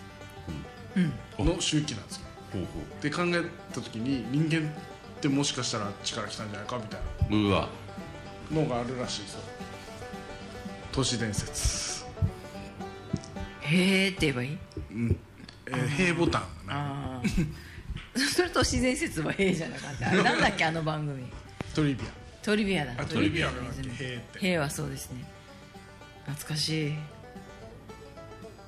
Speaker 3: うん
Speaker 2: の周期なんですよ
Speaker 3: ほう
Speaker 2: って考えた時に人間ってもしかしたらあっちから来たんじゃないかみたい
Speaker 3: ほううわ
Speaker 2: なのがあるらしいですよ都市伝説、
Speaker 1: へーって言えばいい
Speaker 2: えー、平ボタンがな
Speaker 1: ああ [laughs] それと自然説はへーじゃなかったあれなんだっけあの番組
Speaker 2: トリビ
Speaker 1: トリビア
Speaker 2: ア
Speaker 1: だ
Speaker 2: あトリビアだっ
Speaker 1: ト
Speaker 2: け
Speaker 1: リ
Speaker 2: 平っ
Speaker 1: ビア
Speaker 2: て
Speaker 1: へーはそうですね懐かしい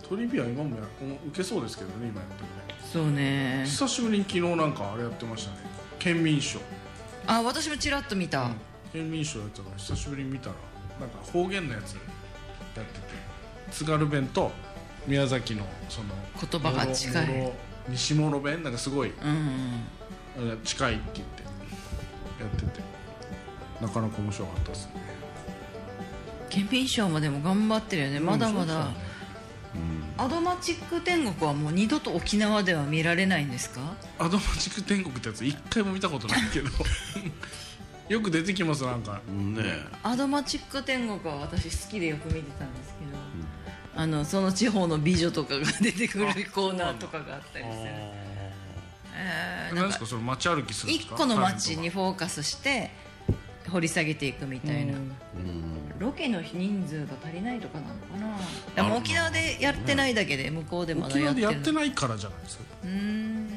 Speaker 2: トリビア今もや受けそうですけどね今やってもね
Speaker 1: そうね
Speaker 2: 久しぶりに昨日なんかあれやってましたね県民賞
Speaker 1: あ私もちらっと見た、
Speaker 2: 県民賞やったから久しぶりに見たらなんか方言のやつやってて津軽弁と宮崎のその
Speaker 1: 言葉が近い
Speaker 2: もろもろ西諸弁なんかすごい
Speaker 1: うんうん
Speaker 2: あ近いって言ってやっててなかなか面白かったですね
Speaker 1: 県民賞もでも頑張ってるよねまだまだ、
Speaker 2: うんそうですね
Speaker 1: アドマチック天国はもう二度と沖縄では見られないんですか
Speaker 2: アドマチック天国ってやつ一回も見たことないけど [laughs] よく出てきますなんか
Speaker 3: うんねえ
Speaker 1: アドマチック天国は私好きでよく見てたんですけど、あのその地方の美女とかが出てくるコーナーとかがあったりするえーな
Speaker 2: 何
Speaker 1: ん
Speaker 2: です
Speaker 1: か
Speaker 2: かその街歩きするんです
Speaker 1: 一
Speaker 2: か
Speaker 1: 個の街に
Speaker 2: タ
Speaker 1: フォーカスして掘り下げていくみたい
Speaker 2: レント
Speaker 1: な
Speaker 2: がうん
Speaker 3: うん
Speaker 1: ロケの人数が足りないとかなのかなでも沖縄でやってないだけで向こうでまだ
Speaker 2: 沖
Speaker 1: や
Speaker 2: 縄
Speaker 1: って
Speaker 2: で
Speaker 1: る
Speaker 2: やってないからじゃないですか
Speaker 1: うーん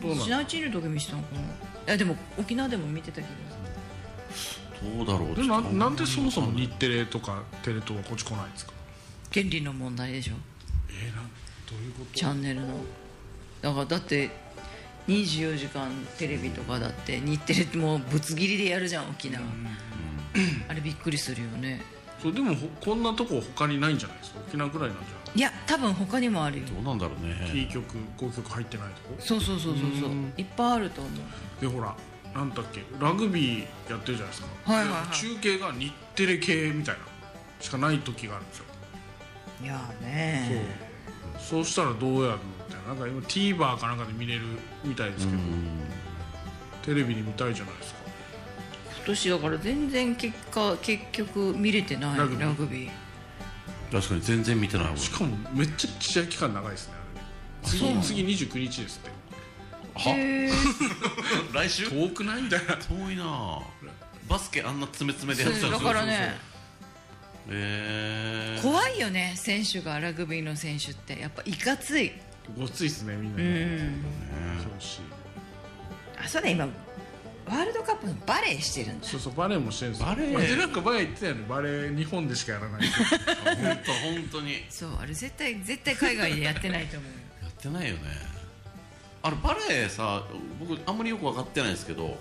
Speaker 2: どうなの
Speaker 1: 市内地理の時見せたのかないやでも沖縄でも見てた気がする
Speaker 3: どうだろう
Speaker 2: でななんでそもそも日テレとかテレ東はこっち来ないんですか
Speaker 1: 権利の問題でしょ
Speaker 2: えー、なんどういうこ
Speaker 1: チャンネルのだからだって24時間テレビとかだって日テレってもうぶつ切りでやるじゃん沖縄、あれびっくりするよね
Speaker 2: とそうでもほこんなとこ他にないんじゃないですか沖縄ぐらいなんじゃない
Speaker 1: いや多分他にもあるよ
Speaker 3: どうなんだろうね
Speaker 2: T 曲5曲入ってないとこ
Speaker 1: そうそうそうそうそういっぱいあると思う
Speaker 2: でほらなんだっけラグビーやってるじゃないですか、
Speaker 1: はいはいはい
Speaker 2: で中継が日テレ系みたいなしかない時があるんですよ、
Speaker 1: いやーね
Speaker 2: そうしたらどうやるのみたいななんか今 TVer かなんかで見れるみたいですけど、テレビで見たいじゃないですか
Speaker 1: 今年だから全然結果結局見れてない
Speaker 2: ラ
Speaker 1: ラグ
Speaker 2: グビー
Speaker 1: ビー
Speaker 3: 確かに全然見てない俺
Speaker 2: しかもめっちゃ試合期間長いですねあれ
Speaker 1: そうな
Speaker 2: ね
Speaker 1: の
Speaker 2: 次次29日ですって
Speaker 1: へー
Speaker 3: 来週
Speaker 2: 遠くないみたいな
Speaker 3: 遠いなバスケあんな詰め詰めでやってた
Speaker 1: そうだからね
Speaker 3: えー、
Speaker 1: 怖いよね選手がラグビーの選手ってやっぱいかつい
Speaker 2: ごついっすねみんな
Speaker 1: う
Speaker 2: ね
Speaker 1: ん
Speaker 2: そうし
Speaker 1: あそうだ今ワールドカップのバレーしてるんだ
Speaker 2: そうそうバレーもしてるんですよ
Speaker 3: バレー
Speaker 2: 俺なんかバレー言ってたよねバレー日本でしかやらないって
Speaker 3: 本当本当にや
Speaker 1: そうあれ絶対絶対海外でやってないと思うよ
Speaker 3: ってないよねあれバレエさ僕あんまりよく分かってないんですけど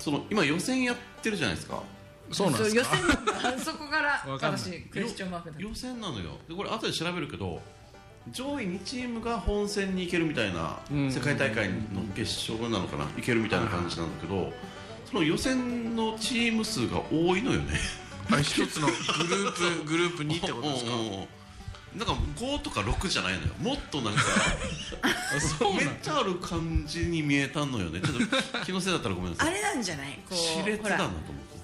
Speaker 3: その今予選やってるじゃないですか
Speaker 2: [laughs] そうなんです
Speaker 1: 予
Speaker 2: か
Speaker 1: 選なんだそこから
Speaker 2: わかんない
Speaker 1: 私クエスチョンマークだ
Speaker 3: 予選なのよでこれ後で調べるけど上位2チームが本戦に行けるみたいな、
Speaker 2: うん
Speaker 3: 世界大会の決勝なのかな行けるみたいな感じなんだけどその予選のチーム数が多いのよね
Speaker 2: あ一つのグループグループにってことですか
Speaker 3: うんうんうんなんか5とか6じゃないのよもっとなんか
Speaker 2: あ [laughs] [laughs] そう
Speaker 3: め
Speaker 2: な
Speaker 3: っ
Speaker 2: ん
Speaker 3: ちゃある感じに見えたのよねちょっと気のせいだったらごめんなさ
Speaker 1: あ
Speaker 3: い
Speaker 1: れなんじゃないこ
Speaker 3: 熾
Speaker 1: う
Speaker 3: 烈
Speaker 1: ほ
Speaker 3: だなと
Speaker 1: ら
Speaker 3: 思っ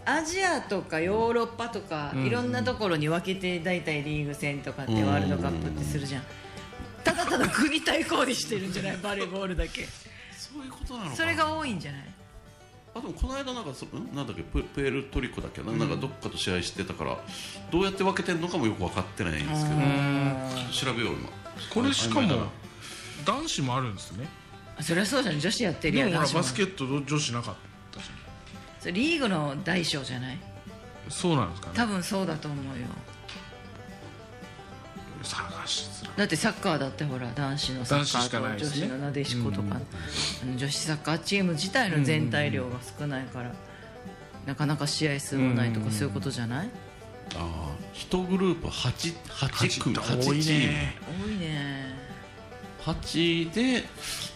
Speaker 1: アジアとかヨーロッパとか、
Speaker 2: うん
Speaker 1: いろんなところに分けて大体リーグ戦とかって
Speaker 3: うん
Speaker 1: ワールドカップってするじゃんただただ国対抗でしてるんじゃないバレーボールだ [laughs] け
Speaker 3: てそういうことなのかな
Speaker 1: それが多いんじゃない
Speaker 3: あでもこの間なんかそんなんだっけププエルトリコだっけな,、なんかどっかと試合してたからどうやって分けてんのかもよく分かってないんですけど、調べよう今
Speaker 2: これしか
Speaker 3: 曖昧だ
Speaker 2: も
Speaker 3: な
Speaker 2: 男子もあるんですね
Speaker 1: そりゃそうじゃん女子やってる
Speaker 2: で
Speaker 1: やん
Speaker 2: もほら
Speaker 1: 男子も
Speaker 2: バスケット女子なかったじゃ
Speaker 1: それリーグの大小じゃない
Speaker 2: んそうなんですかね
Speaker 1: 多分そうだと思うよ
Speaker 2: 探しづらい
Speaker 1: だってサッカーだってほら男子のサ
Speaker 2: 男子
Speaker 1: ッ
Speaker 2: し
Speaker 1: カ
Speaker 2: かな
Speaker 1: ー
Speaker 2: い
Speaker 1: と女
Speaker 2: です
Speaker 1: 子
Speaker 2: ね
Speaker 1: のなでしことか、あの女子サッカーチーム自体の全体量が少ないから、なかなか試合数もないとか、そういうことじゃない
Speaker 3: あ1グループ 8, 8組
Speaker 2: 八っ
Speaker 3: 8
Speaker 2: て多いね
Speaker 3: チーム
Speaker 1: 多いね
Speaker 3: 8で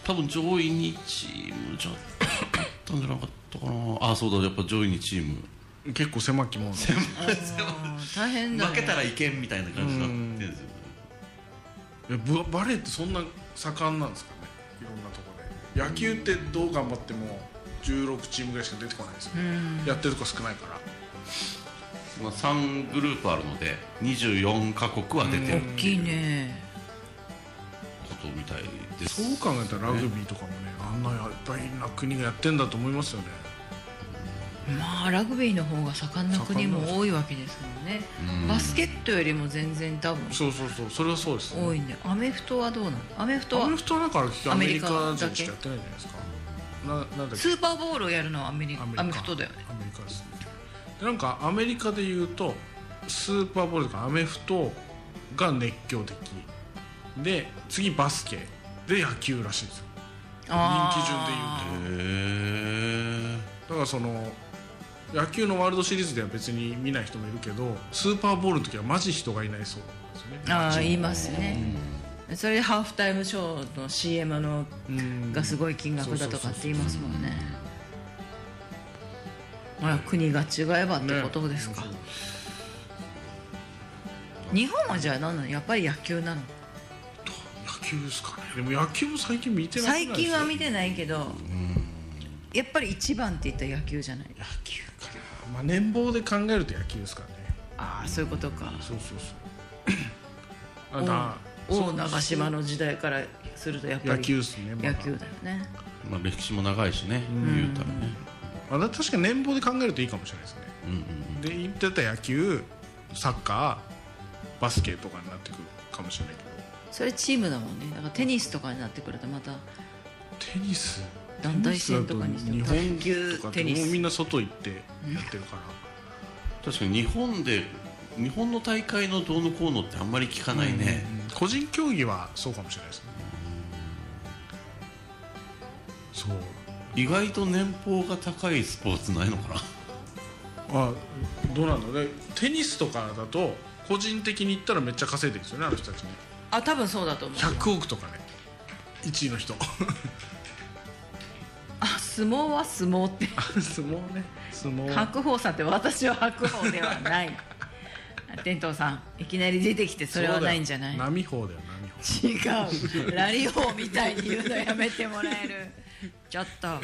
Speaker 3: 多分上位2チームじゃ [coughs] あったんじゃなかったかなあそうだやっぱ上位2チーム
Speaker 2: 結構狭きもんですね
Speaker 1: あー大変だ、ね、
Speaker 3: 負けたらいけんみたいな感じになってんですよね
Speaker 2: いやぶバレーってそんな盛んなんですかねいろんなところで野球ってどう頑張っても16チームぐらいしか出てこないですよ、やってるとこ少ないから
Speaker 3: まあ、3グループあるので24カ国は出てる
Speaker 1: 大きいね
Speaker 3: ことみたいです、
Speaker 2: そう考えたらラグビーとかもねあんなやっぱりな国がやってんだと思いますよね
Speaker 1: まあラグビーの方が盛んな国も多いわけですもんねバスケットよりも全然多分
Speaker 2: そうそうそうそれはそうですね
Speaker 1: 多いねアメフトはどうなのアメフト
Speaker 2: アメ
Speaker 1: は
Speaker 2: フトはだから
Speaker 1: ア
Speaker 2: ア
Speaker 1: メリ
Speaker 2: メリ
Speaker 1: カ
Speaker 2: カ人しかやってないじゃないですかななんだっけ
Speaker 1: スーパーボールをやるのはアメリカアメフトだよね
Speaker 2: アメリカですねでなんかアメリカで言うとスーパーボールとかアメフトが熱狂的で次バスケで野球らしいんですよ人気順で言うと
Speaker 1: あー
Speaker 3: へえ
Speaker 2: だからその野球のワールドシリーズでは別に見ない人もいるけどスーパーボールの時はマジ人がいないそうなんですよね
Speaker 1: ああ言いますね、それでハーフタイムショーの CM の
Speaker 2: うん
Speaker 1: がすごい金額だとかって言いますもんねまあ国が違えばってことですか、日本はじゃあ何なのやっぱり野球なの
Speaker 2: 野球ですかねでも野球も最近見てなくない
Speaker 1: 最
Speaker 2: ですか
Speaker 1: 近は見てないけどやっぱり一番って言ったら野球じゃない
Speaker 2: 野球かな、まあ、年俸で考えると野球ですからね
Speaker 1: ああそういうことか
Speaker 2: そうそうそうあだ
Speaker 1: 王長島の時代からするとやっぱり
Speaker 2: 野球ですね、まあ、
Speaker 1: 野球だよね
Speaker 3: まあ、歴史も長いしね言うたらね
Speaker 2: まあ、だ確かに年俸で考えるといいかもしれないですね
Speaker 3: うんうん
Speaker 2: で言ってた野球サッカーバスケとかになってくるかもしれないけど
Speaker 1: それチームだもんねだからテニスとかになってくるとまた
Speaker 2: テニス
Speaker 1: 団体戦とかにしても
Speaker 2: 日本球とか
Speaker 1: テ
Speaker 2: で
Speaker 1: ニス
Speaker 2: もうみんな外行ってやってるから、
Speaker 3: 確かに日本で日本の大会のどうのこうのってあんまり聞かないね、
Speaker 2: うん個人競技はそうかもしれないですねそう
Speaker 3: 意外と年俸が高いスポーツないのかな
Speaker 2: あどうなんだろうでテニスとかだと個人的に言ったらめっちゃ稼いでるんですよねあの人たちね
Speaker 1: あ多分そうだと思う
Speaker 2: 100億とかね1位の [laughs] 人
Speaker 1: あ相撲は相撲って
Speaker 2: 相撲ね相撲
Speaker 1: 白鵬さんって私は白鵬では [laughs] ない天童さんいきなり出てきてそれはないんじゃない
Speaker 2: 波法だよ波法
Speaker 1: 違うラリホーみたいに言うのやめてもらえるちょっと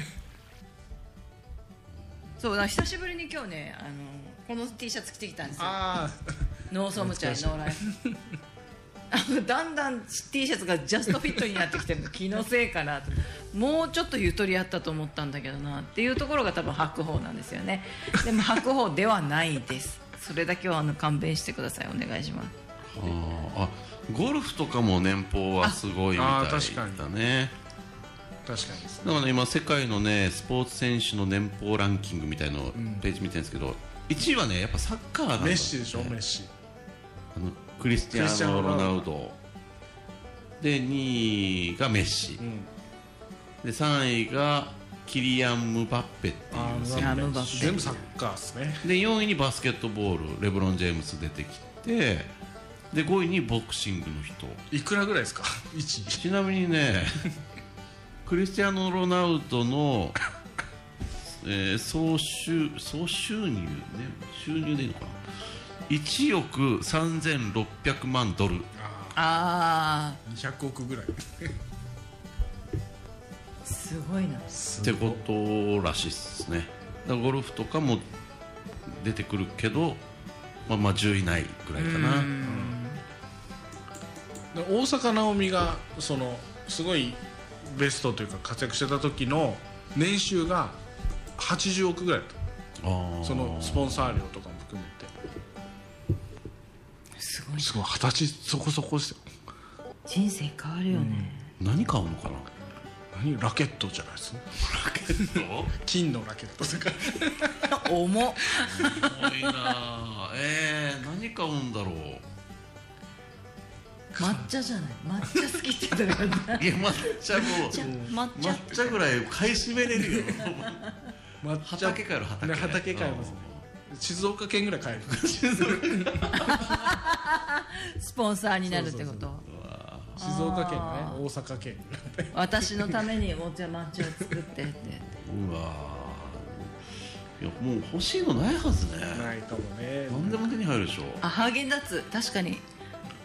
Speaker 1: そうだから久しぶりに今日ねあのこの T シャツ着てきたんですよ
Speaker 2: あ
Speaker 1: ノーソムチャイノーライフあのだんだん T シャツがジャストフィットになってきてるの気のせいかなともうちょっとゆとりあったと思ったんだけどなっていうところが多分白鵬なんですよねでも白鵬ではないですそれだけはあの勘弁してくださいお願いします
Speaker 3: あーあゴルフとかも年俸はすごいみ
Speaker 2: あ
Speaker 3: た
Speaker 2: あー確か
Speaker 3: い
Speaker 2: に
Speaker 3: だね
Speaker 2: あ確かにですね
Speaker 3: だからね今世界のねスポーツ選手の年俸ランキングみたいのをページ見てるんですけど、1位はねやっぱサッカーなんだ
Speaker 2: メッシでしょメッシ
Speaker 3: あのクリステ
Speaker 2: クリステ
Speaker 3: ィ
Speaker 2: ィ
Speaker 3: ア
Speaker 2: アー
Speaker 3: ーノ・
Speaker 2: ノ
Speaker 3: ロ
Speaker 2: ロ
Speaker 3: ナ
Speaker 2: ナ
Speaker 3: ウドで2位がメッシ、
Speaker 2: ん
Speaker 3: で3位がキリアン・ムバッペっていう選
Speaker 1: あム
Speaker 3: 手
Speaker 1: バッペ
Speaker 2: 全部サッカーですね
Speaker 3: で4位にバスケットボールレブロン・ジェームス出てきてで5位にボクシングの人
Speaker 2: いくらぐらいですか一位
Speaker 3: ちなみに
Speaker 2: [laughs]
Speaker 3: ねクリスティアーノ・ロナウドの、えー総収総収入ね収入でいいのかな1億3600万ドル
Speaker 1: あ
Speaker 2: ああ200億ぐらい
Speaker 1: あすごいな
Speaker 3: ってことらしいですねだからゴルフとかも出てくるけどまあまあ10位以内ぐらいかな
Speaker 2: で大坂なおみがそのすごいベストというか活躍してた時の年収が80億ぐらいだった
Speaker 3: あ
Speaker 2: そのスポンサー料とかも含め
Speaker 1: すごい
Speaker 2: てすごい二十歳そこそこですよ
Speaker 1: 人生変わるよね、
Speaker 3: ー何買うの
Speaker 2: [laughs]
Speaker 3: かな
Speaker 2: 何ラケットじゃない [laughs] ですね金のラケットとか
Speaker 1: [laughs] 重っ
Speaker 3: 重いなあえー、何買うんだろう
Speaker 1: 抹茶じゃない抹茶好きって言ったから
Speaker 3: いや抹茶
Speaker 2: [laughs]
Speaker 3: も
Speaker 1: 抹茶
Speaker 3: 抹茶ぐらい買い占めれるよ
Speaker 2: 抹茶
Speaker 3: [laughs] 畑買える畑
Speaker 2: ね畑買えますね静岡県ぐらい買える静
Speaker 1: スポンサーになるってこと
Speaker 2: そう岡県ね大阪県
Speaker 1: 私のためにお茶抹茶を作ってって
Speaker 3: うわーいやもう欲しいのないはずね
Speaker 2: ないかもね
Speaker 3: 何でも手に入るでしょ
Speaker 1: あハーゲンダッツ確かに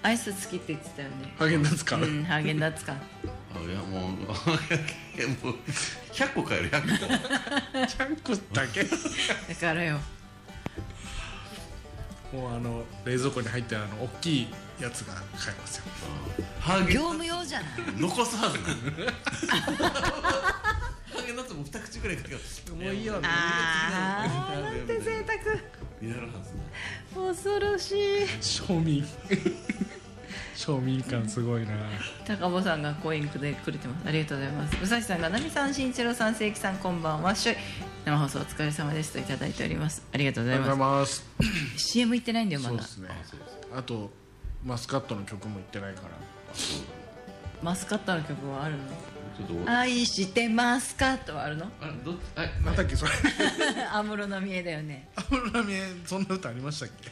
Speaker 1: アイス好きって言ってたよね
Speaker 2: ハーゲンダッツ
Speaker 1: う
Speaker 2: 買う、
Speaker 1: んハーゲンダッツか
Speaker 3: あいやもういやもう100個買える100個
Speaker 2: ちゃんこだけ
Speaker 1: だからよ
Speaker 2: もうあの冷蔵庫に入ってあの大きいやつが買えますよ
Speaker 3: ハーゲン
Speaker 1: 業務用じゃない
Speaker 3: 残すはずなのハーゲンダッツも2口ぐらいかけます
Speaker 2: もういいよ
Speaker 1: あーなんて贅
Speaker 3: やるはずな
Speaker 1: 沢恐ろしい
Speaker 2: 庶 [laughs] 民庶民感すごいな
Speaker 1: 高尾さんがコインくれてますありがとうございます武蔵さんが「なみさん慎一郎さん正規さんこんばんはしょい生放送お疲れ様です」といただいておりますありがとうご
Speaker 2: あ
Speaker 1: ざ
Speaker 2: り
Speaker 1: い
Speaker 2: がとうござい
Speaker 1: ま
Speaker 2: ます
Speaker 1: す CM 行ってないんだよま
Speaker 2: そう
Speaker 1: だ
Speaker 2: ですね
Speaker 3: あそうです
Speaker 2: あとマスカットの曲も言ってないから
Speaker 1: マスカットの曲はあるの
Speaker 3: ちょっ
Speaker 1: 「
Speaker 3: とあ
Speaker 1: 愛してますか?」とはあるの [laughs]
Speaker 3: れどっちあ
Speaker 2: なんだっけそれ
Speaker 1: 安室奈美恵だよね
Speaker 2: アムロラミエそんな歌ありましたっけ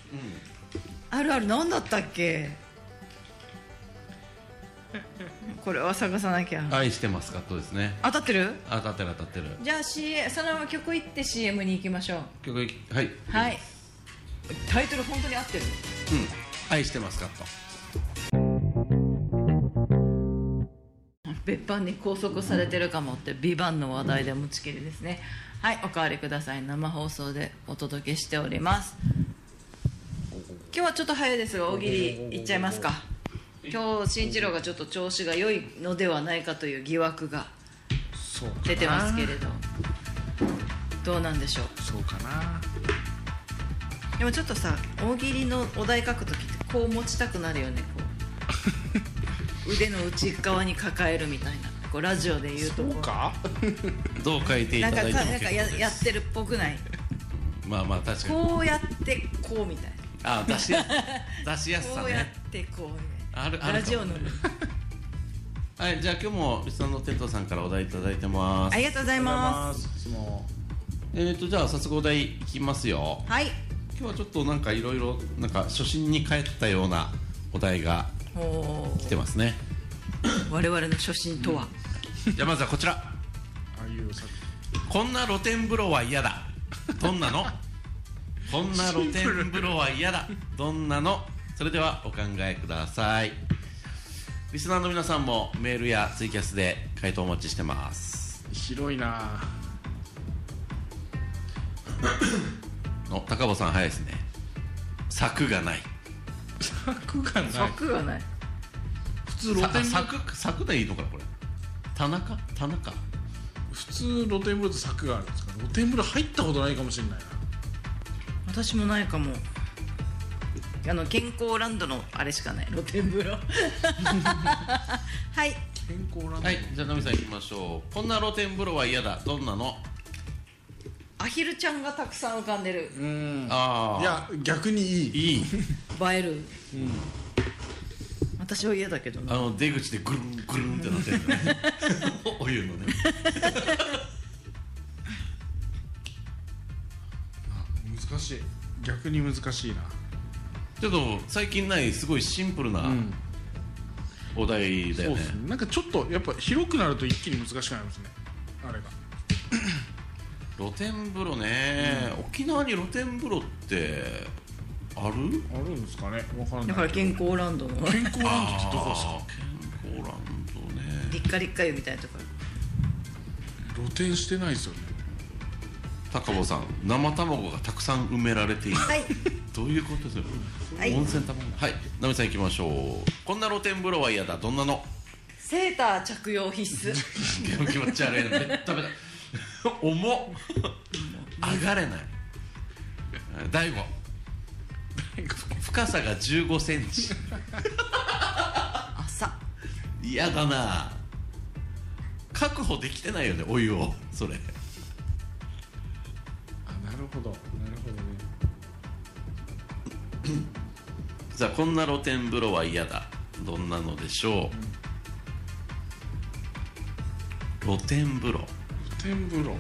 Speaker 1: あるある何だったっけこれは探さなきゃ
Speaker 3: 愛してますかとですね
Speaker 1: 当たってる
Speaker 3: 当たってる当たってる
Speaker 1: じゃあ、CM、そのまま曲行って CM に行きましょう
Speaker 3: 曲いきはい
Speaker 1: はいタイトル本当に合ってる
Speaker 3: うん愛してますかと
Speaker 1: 別班に拘束されてるかもって「ビバンの話題で持ちきりですねはいおかわりください生放送でお届けしております今日はちょっと早いですが大喜利いっちゃいますか今日新一郎がちょっと調子が良いのではないかという疑惑が
Speaker 2: そう
Speaker 1: 出てますけれどどうなんでしょう
Speaker 2: そうかな
Speaker 1: でもちょっとさ大喜利のお題書く時ってこう持ちたくなるよねこ
Speaker 2: [laughs]
Speaker 1: う腕の内側に抱えるみたいなこうラジオで言うと
Speaker 2: そう
Speaker 1: こ
Speaker 2: か
Speaker 3: どう書いてい
Speaker 1: な
Speaker 3: た
Speaker 1: んか
Speaker 3: だ
Speaker 1: か
Speaker 3: いても
Speaker 1: なん
Speaker 3: 結
Speaker 1: か
Speaker 3: 構で
Speaker 1: や
Speaker 3: す
Speaker 1: やってるっぽくない
Speaker 3: まあまあ確かに
Speaker 1: こうやってこうみたいな
Speaker 3: あ出しや出しやすさ
Speaker 1: こうや
Speaker 3: ね
Speaker 1: ってこうみたいな
Speaker 3: あるある
Speaker 1: ラジオの
Speaker 3: かもねはいじゃあ今日もリスナーのテントさんからお題いただいてま
Speaker 1: あ
Speaker 3: す
Speaker 1: りがとうございます
Speaker 2: いつも
Speaker 3: えーとじゃあ早速お題いきますよ
Speaker 1: すはい
Speaker 3: 今日はちょっとなんかいろいろなんか初心に帰ったようなお題が
Speaker 1: お
Speaker 3: 来てます
Speaker 2: [laughs]
Speaker 3: ね
Speaker 1: 我々の初心とは、
Speaker 3: じゃあまずはこちら
Speaker 2: ああいうさ
Speaker 3: こんな露天風呂は嫌だどんなのこんな露天風呂は嫌だどんなのそれではお考えくださいリスナーの皆さんもメールやツイキャスで回答お待ちしてます
Speaker 2: 広いな
Speaker 3: の高坊さん早いですね柵がない
Speaker 2: 柵がない
Speaker 1: 柵がない
Speaker 2: 普通露天
Speaker 3: さ
Speaker 2: 風呂
Speaker 3: 柵柵でいいのかなこれ田中田中
Speaker 2: 普通露天風呂と柵があるんですか露天風呂入ったことないかもしれないな
Speaker 1: 私もないかもあの健康ランドのあれしかない露天風呂はい
Speaker 2: 健康ランド
Speaker 3: はいじゃあナミさんいきましょうこんな露天風呂は嫌だどんなの
Speaker 1: アヒルちゃんがたくさん浮かんでる
Speaker 2: うん
Speaker 3: あ
Speaker 2: い
Speaker 3: あ
Speaker 2: や逆にいい
Speaker 3: いい
Speaker 1: 映える、私は嫌だけどな
Speaker 3: あ [laughs] の出口でぐるんぐるんってなってるねお湯のね
Speaker 2: 逆に難しいな
Speaker 3: ちょっと最近ないすごいシンプルな
Speaker 2: うん
Speaker 3: お題
Speaker 2: そ
Speaker 3: だ
Speaker 2: う
Speaker 3: よ
Speaker 2: で
Speaker 3: ね
Speaker 2: すねなんかちょっとやっぱ広くなると一気に難しくなりますねあれが
Speaker 3: 露天風呂ね、沖縄に露天風呂ってある
Speaker 2: あるんですかねわから
Speaker 1: だか
Speaker 2: な
Speaker 1: ら
Speaker 2: い
Speaker 1: 健康ランドの [laughs]
Speaker 2: 健康ランドってどこですか
Speaker 3: あー健康ランドね
Speaker 1: リッカリッカ湯みたいなところ
Speaker 2: 露天してないですよね
Speaker 3: 高坊さん生卵がたくさん埋めら
Speaker 2: [laughs]
Speaker 3: れている
Speaker 1: はい
Speaker 3: どういうことですか、
Speaker 1: はい
Speaker 3: 温泉卵はいナミさん行きましょうこんな露天風呂は嫌だどんなの
Speaker 1: セーター着用
Speaker 3: [laughs]
Speaker 1: 必須
Speaker 3: でも気持ち悪いのべったべた重っ上がれない大悟深さが1 5センチ
Speaker 1: 朝
Speaker 3: 嫌だな確保できてないよねお湯をそれ
Speaker 2: あなるほどなるほどね
Speaker 3: さあこんな露天風呂は嫌だどんなのでしょう、露天風呂
Speaker 2: 露天風呂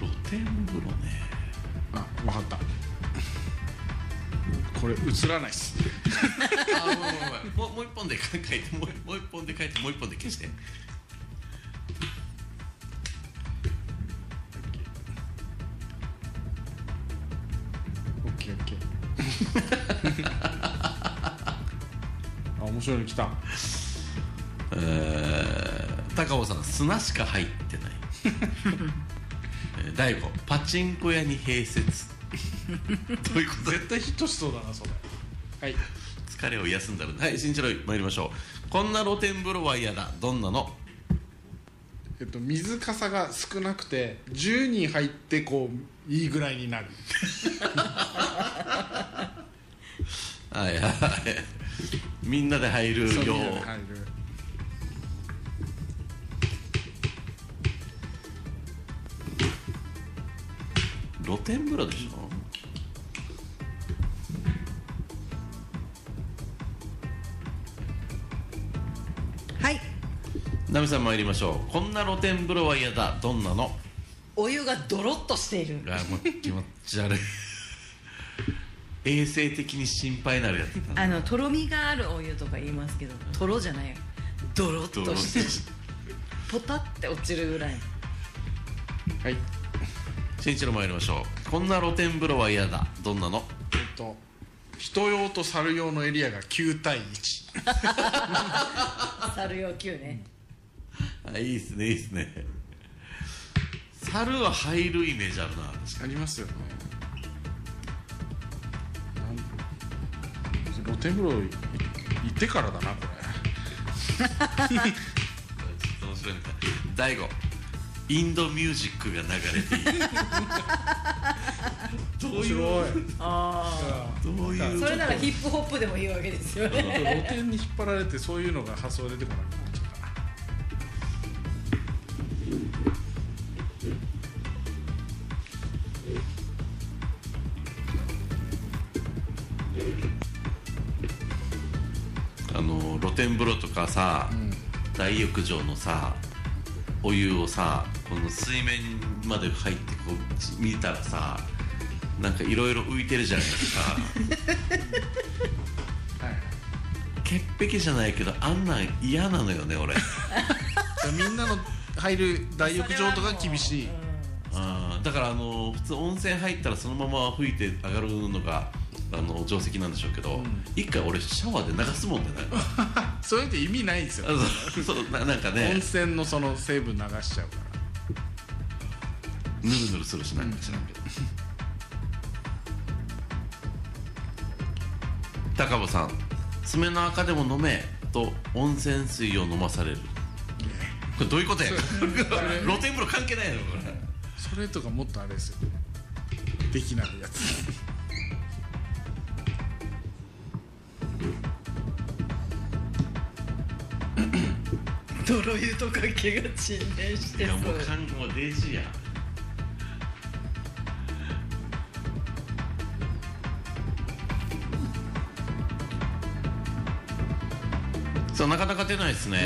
Speaker 3: 露天風呂ね
Speaker 2: あわかったこれ映らないっす
Speaker 3: あごめんごめんごめんもうもう一本で書いてもうもう一本で書いてもう一本で消して
Speaker 2: オッケーオッケー [laughs] あ面白いの来た
Speaker 3: えー高尾さん砂しか入ってないえー大悟パチンコ屋に併設どういうこと
Speaker 2: 絶対ヒットしそうだなそれはい
Speaker 3: 疲れを癒すんだろうはい新一郎参りましょうこんな露天風呂は嫌だどんなの
Speaker 2: えっと水かさが少なくて10人入ってこういいぐらいになる
Speaker 3: はいはいみんなで入る
Speaker 2: そう
Speaker 3: よ
Speaker 2: みんなで入る
Speaker 3: 露天風呂でしょ
Speaker 1: はい
Speaker 3: ナミさん参りましょうこんな露天風呂は嫌だどんなの
Speaker 1: お湯がドロッとしている
Speaker 3: あもう気持ち悪い衛生的に心配になるやつだ
Speaker 1: あのとろみがあるお湯とか言いますけどとろじゃないよドロッとしてポタって落ちるぐらい
Speaker 2: はい
Speaker 3: 新一郎参りましょうこんな露天風呂は嫌だどんなの
Speaker 2: えっと人用と猿用のエリアが9対1
Speaker 1: 猿用級ね
Speaker 3: あいいっすねいいっすね猿は入るイメージあるな確か
Speaker 2: ありますよねなん露天風呂い行ってからだなこ
Speaker 3: ちょっと面白いね大悟インドミュージックが流れてい
Speaker 2: れ
Speaker 3: るどう
Speaker 2: 面
Speaker 3: いう
Speaker 2: 白い
Speaker 1: あ
Speaker 3: [laughs] どう
Speaker 1: あ
Speaker 3: いう
Speaker 1: それならヒップホップでもいいわけですよね
Speaker 2: 露天に引っ張られてそういうのが発想出てこなくなっちゃったな
Speaker 3: あの露天風呂とかさ、大浴場のさお湯をさこの水面まで入ってこう見たらさなんかいろいろ浮いてるじゃないです [laughs] か
Speaker 2: はい
Speaker 3: 潔癖じゃないけどあんなん嫌なのよね俺
Speaker 2: じゃあみんなの入る大浴場とか厳しい
Speaker 3: あーだからあの普通温泉入ったらそのまま吹いて上がるのがあの定石なんでしょうけど、一回俺シャワーで流すもんね [laughs] なんか
Speaker 2: そういうのって意味ないんですよ
Speaker 3: あそうそうななんか
Speaker 2: 温
Speaker 3: ね
Speaker 2: 泉のその成分流しちゃうから
Speaker 3: ぬるぬるするしなんか知らんけど、高尾さん「爪の垢でも飲め」と温泉水を飲まされるこれどういうことや露天風呂関係ないのこれ
Speaker 2: それとかもっとあれですよねできないやつ
Speaker 1: 泥湯とか毛が沈殿して
Speaker 3: い
Speaker 1: そ
Speaker 3: や
Speaker 1: う
Speaker 3: もう看護デイジーやそうなかなか出ないですね、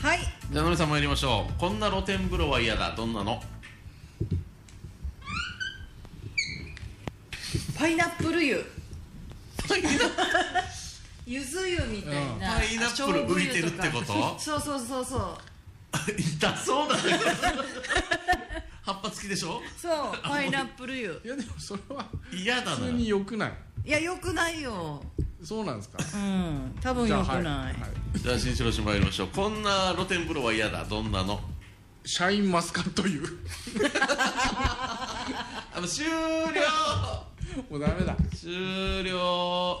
Speaker 2: は
Speaker 1: は
Speaker 2: い
Speaker 1: い
Speaker 3: じゃあ野上さん参りましょうこんな露天風呂は嫌だどんなの
Speaker 1: パイナップル湯
Speaker 3: パイナップル
Speaker 1: ゆず湯みたいな、
Speaker 3: うんパイナップル浮いてるってこと
Speaker 1: あ醤油かそうそうそうそう
Speaker 3: 痛そうだね葉っぱ付きでしょ
Speaker 1: そうパイナップル湯
Speaker 2: いやでもそれは
Speaker 3: 嫌だ
Speaker 2: 普
Speaker 3: な
Speaker 2: 通に良くない
Speaker 1: いやよくないよ
Speaker 2: そうなんですか
Speaker 1: うん多分
Speaker 2: じゃ
Speaker 1: よ
Speaker 2: あ
Speaker 1: く
Speaker 2: はい
Speaker 1: ない、
Speaker 2: はい
Speaker 3: じゃあ新城市参りましょうこんな露天風呂は嫌だどんなの
Speaker 2: シャインマスカット湯
Speaker 3: あもう終了
Speaker 2: もうダメだ
Speaker 3: 終了は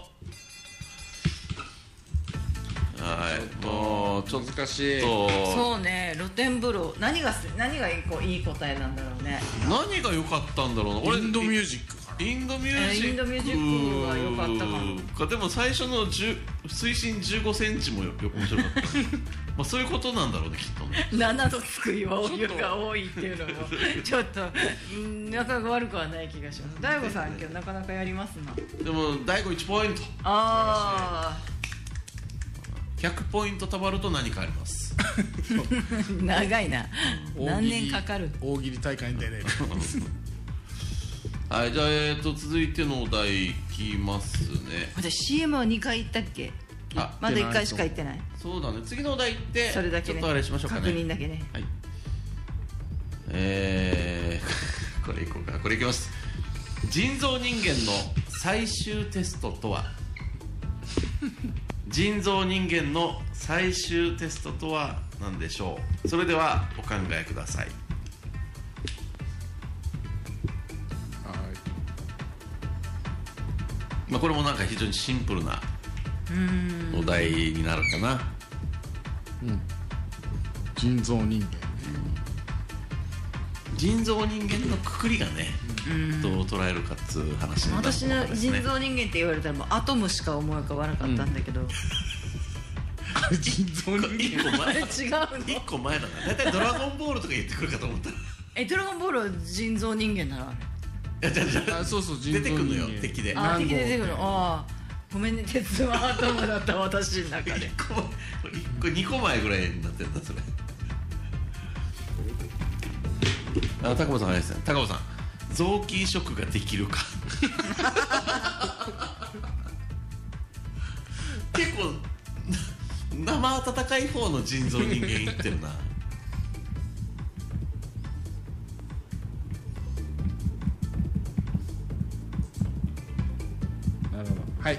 Speaker 3: いもうちょっ
Speaker 2: 難しい
Speaker 3: と
Speaker 1: そうね露天風呂何がす何がいいこういい答えなんだろ [laughs] うね
Speaker 3: 何が良かったんだろうな俺
Speaker 2: インドミュージックかな
Speaker 3: インドミュージッ
Speaker 1: え
Speaker 3: ク
Speaker 1: ーインドミュージックは良かったか
Speaker 3: かでも最初の10水深1 5センチもよよ面白か
Speaker 1: [laughs]
Speaker 3: ったまあそういうことなんだろうねきっとね
Speaker 1: 7度つく岩お湯が多いっていうのもちょっとうんなかなか悪くはない気がします大悟さん今日なかなかやりますな
Speaker 3: でも大悟1ポイント
Speaker 1: あ
Speaker 3: 100ポイントたまると何かあります
Speaker 1: ー [laughs] 長いな何年かかる
Speaker 2: 大喜利大会に出れる
Speaker 3: はいじゃあえっ、と続いてのお題いきますね
Speaker 1: 私 CM は2回行ったっけ
Speaker 3: あ
Speaker 1: まだ1回しか行ってない
Speaker 3: そうだね次のお題行って
Speaker 1: それだけ
Speaker 3: ちょ
Speaker 1: ね
Speaker 3: っとあれしましょうかね
Speaker 1: 確認だけね
Speaker 3: はいえー、 [laughs] これいこうかこれいきます人造人間の最終テストとは [laughs] 人造人間の最終テストとは何でしょうそれではお考えください
Speaker 2: はい
Speaker 3: まあ、これもなんか非常にシンプルなお題になるかな
Speaker 2: 人造人 [laughs] 間
Speaker 3: 人造人間のくくりがねどう捉えるかっつう話になる
Speaker 1: 私の
Speaker 3: です
Speaker 1: 人
Speaker 3: ね
Speaker 1: 造人間って言われたらもうアトムしか思い浮かばなかったんだけど、
Speaker 2: あれ人造人間
Speaker 3: 一個
Speaker 1: あれ
Speaker 3: 前
Speaker 1: 違うの
Speaker 3: 一個前だな大体ドラゴンボールとか言ってくるかと思ったら
Speaker 1: えドラゴンボールは人造人間なのあれ
Speaker 2: あそうそう人
Speaker 3: 出
Speaker 2: 造
Speaker 3: て
Speaker 2: 人
Speaker 3: く
Speaker 2: 間
Speaker 3: るのよ敵で
Speaker 1: あ
Speaker 2: 何
Speaker 1: 敵
Speaker 2: 号
Speaker 1: 出てくるのああごめんね鉄腕アトムだった私の中で
Speaker 3: 一個一個二個前ぐらいになってんだそれあ高尾さんあれですね高尾さん臓器移植ができるか結構な生温かい方の人造人間いってるな
Speaker 2: なるほどはい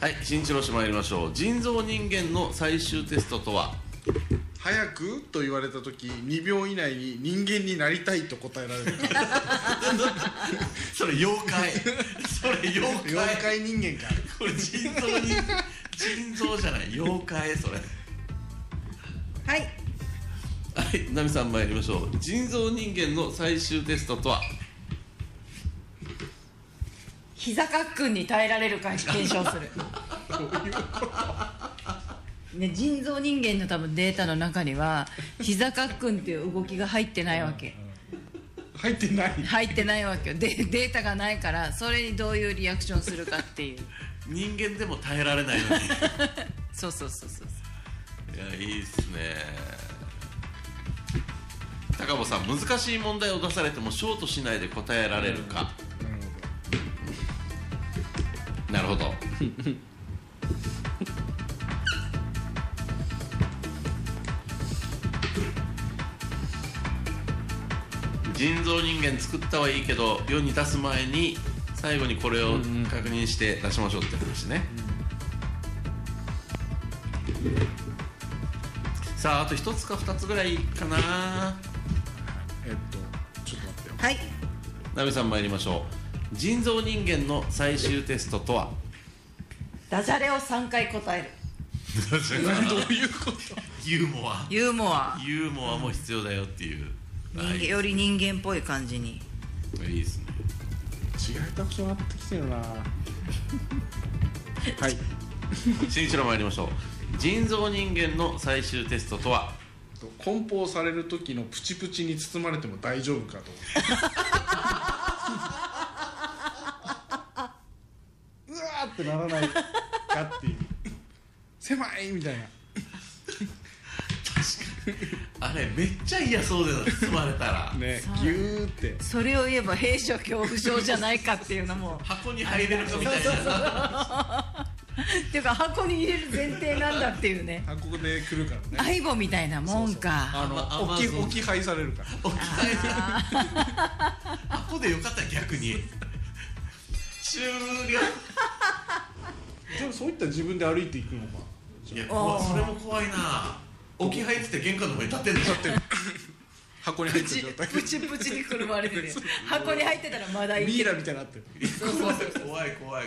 Speaker 3: はい新一郎氏参りましょう人造人間の最終テストとは
Speaker 2: 早くと言われた時2秒以内に人間になりたいと答
Speaker 1: [laughs]
Speaker 2: えられる
Speaker 3: それ妖怪それ妖怪
Speaker 2: 妖怪人間か
Speaker 3: これ腎臓に腎臓じゃない妖怪それ
Speaker 1: はい
Speaker 3: はいナミさん参りましょう腎臓人間の最終テストとは
Speaker 1: 膝かっくんに耐えられるか検証するね、人造人間の多分データの中には膝かっくんっていう動きが入ってないわけ
Speaker 2: 入ってない
Speaker 1: 入ってないわけよでデータがないからそれにどういうリアクションするかっていう
Speaker 3: 人間でも耐えられないのに
Speaker 1: そうそうそうそう
Speaker 3: いやいいっすね高尾さん難しい問題を出されてもショートしないで答えられるか、なるほど人造人間作ったはいいけど世に出す前に最後にこれを確認して出しましょうって話ね、さああと一つか二つぐらいかな
Speaker 2: えっとちょっと待ってよ
Speaker 1: はい
Speaker 3: ナベさん参りましょう人造人間の最終テストとは
Speaker 1: ダジャレを3回答える
Speaker 3: [laughs] どういうことユーモア
Speaker 1: ユーモア
Speaker 3: ユーモアも必要だよっていう、
Speaker 1: 人
Speaker 3: は
Speaker 1: 間より人間っぽい感じに
Speaker 3: いいいですね
Speaker 2: 違う特徴になってきて
Speaker 1: [laughs]
Speaker 2: るなはい
Speaker 3: 新一郎参りましょう人造人間の最終テストとは
Speaker 2: 梱包される時のプチプチに包まれても大丈夫かと [laughs] うわーってならないかっていう狭いみたいな
Speaker 3: 確かあれめっちゃ嫌そうで包まれたら、
Speaker 2: ね
Speaker 1: そう
Speaker 2: ギューって
Speaker 1: それを言えば閉所恐怖症じゃないかっていうのも
Speaker 3: 箱に入れるかみたいな
Speaker 1: っていうか箱に入れる前提なんだっていうね
Speaker 2: 韓国で来るからね
Speaker 1: 相棒みたいなもんか
Speaker 2: あの
Speaker 3: あ
Speaker 2: 大きい
Speaker 3: Amazon
Speaker 2: 大きい灰されるから
Speaker 3: 置き換えた箱でよかった逆に終了
Speaker 2: でもそういった自分で歩いていくのか
Speaker 3: いや怖いそれも怖いな置き配っつって玄関の前に立ってんの立って [laughs] る
Speaker 2: 箱に入っ
Speaker 1: プ
Speaker 2: た
Speaker 1: チ
Speaker 2: 状態
Speaker 1: プチプチにくるまれてるよ箱に入ってたらまだい
Speaker 2: ミ
Speaker 1: い
Speaker 2: イラみたいになってる
Speaker 3: [laughs] 怖い怖い怖い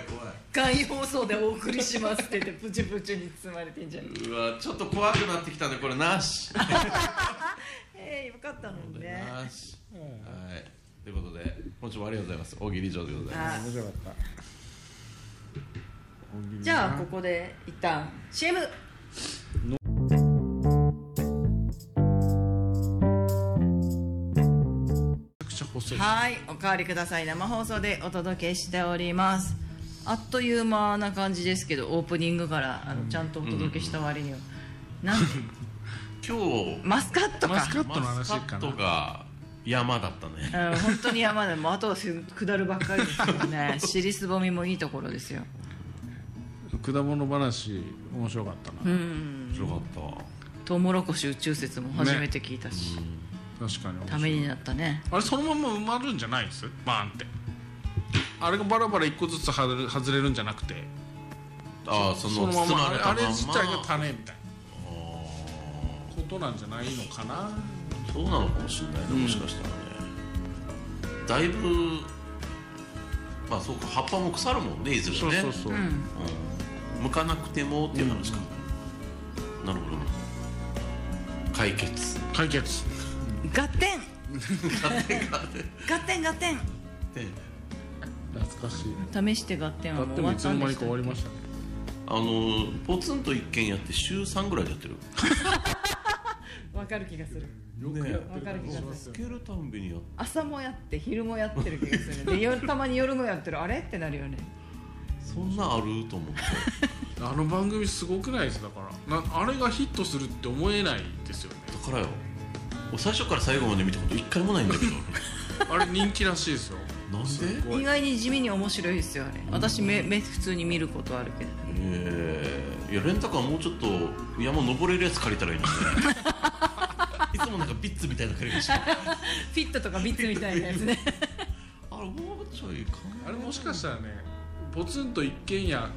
Speaker 1: 簡易放送でお送りしますって言ってプチプチに包まれてんじゃん
Speaker 3: うわちょっと怖くなってきたねこれなし
Speaker 1: ええよかったのにね
Speaker 3: なしはいということで今週もありがとうございます大喜利以上でございます
Speaker 1: あ
Speaker 2: 面白かった
Speaker 1: じゃあここで一旦 CM
Speaker 2: めちゃくちゃ細い
Speaker 1: はいおかわりください生放送でお届けしておりますあっという間な感じですけどオープニングからあのちゃんとお届けした割には、なんで
Speaker 3: 今日
Speaker 1: マスカットか
Speaker 2: マスカットの
Speaker 3: マ
Speaker 2: 話
Speaker 3: スカ
Speaker 2: かな
Speaker 3: ットが山だったね
Speaker 1: うん、本当に山でもうあとは下るばっかりですよ [laughs] ね尻すぼみもいいところですよ
Speaker 2: 果物話面白かったな、
Speaker 1: うん
Speaker 3: 面白かった
Speaker 1: トウモロコシ宇宙説も初めて聞いたし、
Speaker 2: 確かに面
Speaker 1: た
Speaker 2: 白
Speaker 1: め
Speaker 2: い
Speaker 1: になったね
Speaker 2: あれそのまま埋まるんじゃないですバーンってあれがバラバラ一個ずつはずれ外れるんじゃなくて
Speaker 3: ああその
Speaker 2: ま
Speaker 3: 包ま
Speaker 2: ま
Speaker 3: れたま
Speaker 2: あ
Speaker 3: ん
Speaker 2: れ
Speaker 3: ま
Speaker 2: 自体が種みたいなことなんじゃないのかな
Speaker 3: そうなのかもしれないね、もしかしたらねだいぶまあそうか葉っぱも腐るもんねいずれね
Speaker 2: そうそうそう、
Speaker 1: うん
Speaker 3: うん向かなくてもっていう話か、なるほど解決
Speaker 2: 解決
Speaker 1: ガッテン
Speaker 3: 勝手に勝手に
Speaker 1: ガッテンガッテ
Speaker 2: 懐かしい
Speaker 1: ン試してガッテン
Speaker 2: だ
Speaker 1: は
Speaker 2: っ
Speaker 1: もう
Speaker 2: て
Speaker 1: 終
Speaker 2: も
Speaker 1: わ
Speaker 2: い
Speaker 1: ったんでし
Speaker 2: つの間にか
Speaker 1: た
Speaker 2: 終わりましたね
Speaker 3: あのポツンと一軒やって週3ぐらいでやってる
Speaker 1: わかる気がする
Speaker 2: よ
Speaker 3: くやって
Speaker 1: る感じします
Speaker 3: つけるたんびにやっ
Speaker 1: 朝もやって昼もやってる気がす [laughs] るねで夜たまに夜もやってるあれってなるよね
Speaker 3: そんなあると思って
Speaker 2: あの番組すごくないですだからなあれがヒットするって思えないですよね
Speaker 3: だからよ俺最初から最後まで見たこと一回もないんだけ
Speaker 2: [laughs]
Speaker 3: ど
Speaker 2: あれ人気らしい [laughs] ですよ
Speaker 3: なんです
Speaker 2: ごい
Speaker 1: 意外に地味に面白いですよあれ私目目普通に見ることあるけど
Speaker 3: えー、いやレンタカーもうちょっと山登れるやつ借りたらいいのに
Speaker 2: [laughs]
Speaker 3: ねいつもなんかビッツみたいなの借りましたあ
Speaker 1: フィットとかビッツみたいなやつね
Speaker 3: れもうちょいか
Speaker 2: あれもしかしたらねポツンと一軒家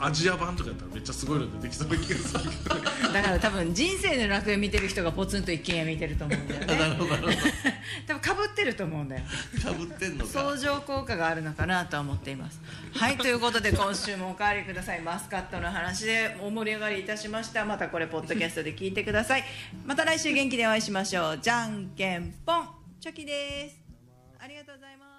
Speaker 2: アジア版とかやったらめっちゃすごいの出てきそうな気がするけどね
Speaker 1: だから多分人生の楽園見てる人がポツンと一軒家見てると思うんだよ
Speaker 3: あ [laughs] な
Speaker 1: ね
Speaker 3: るほどなるほ
Speaker 1: [laughs] 多分かぶってると思うんだよ
Speaker 3: どかぶってんのか
Speaker 1: 相乗効果があるのかなとは思っています [laughs] はいということで今週もおかわりくださいマスカットの話でお盛り上がりいたしましたまたこれポッドキャストで聞いてくださいまた来週元気でお会いしましょうじゃんけんぽんチョキですありがとうございます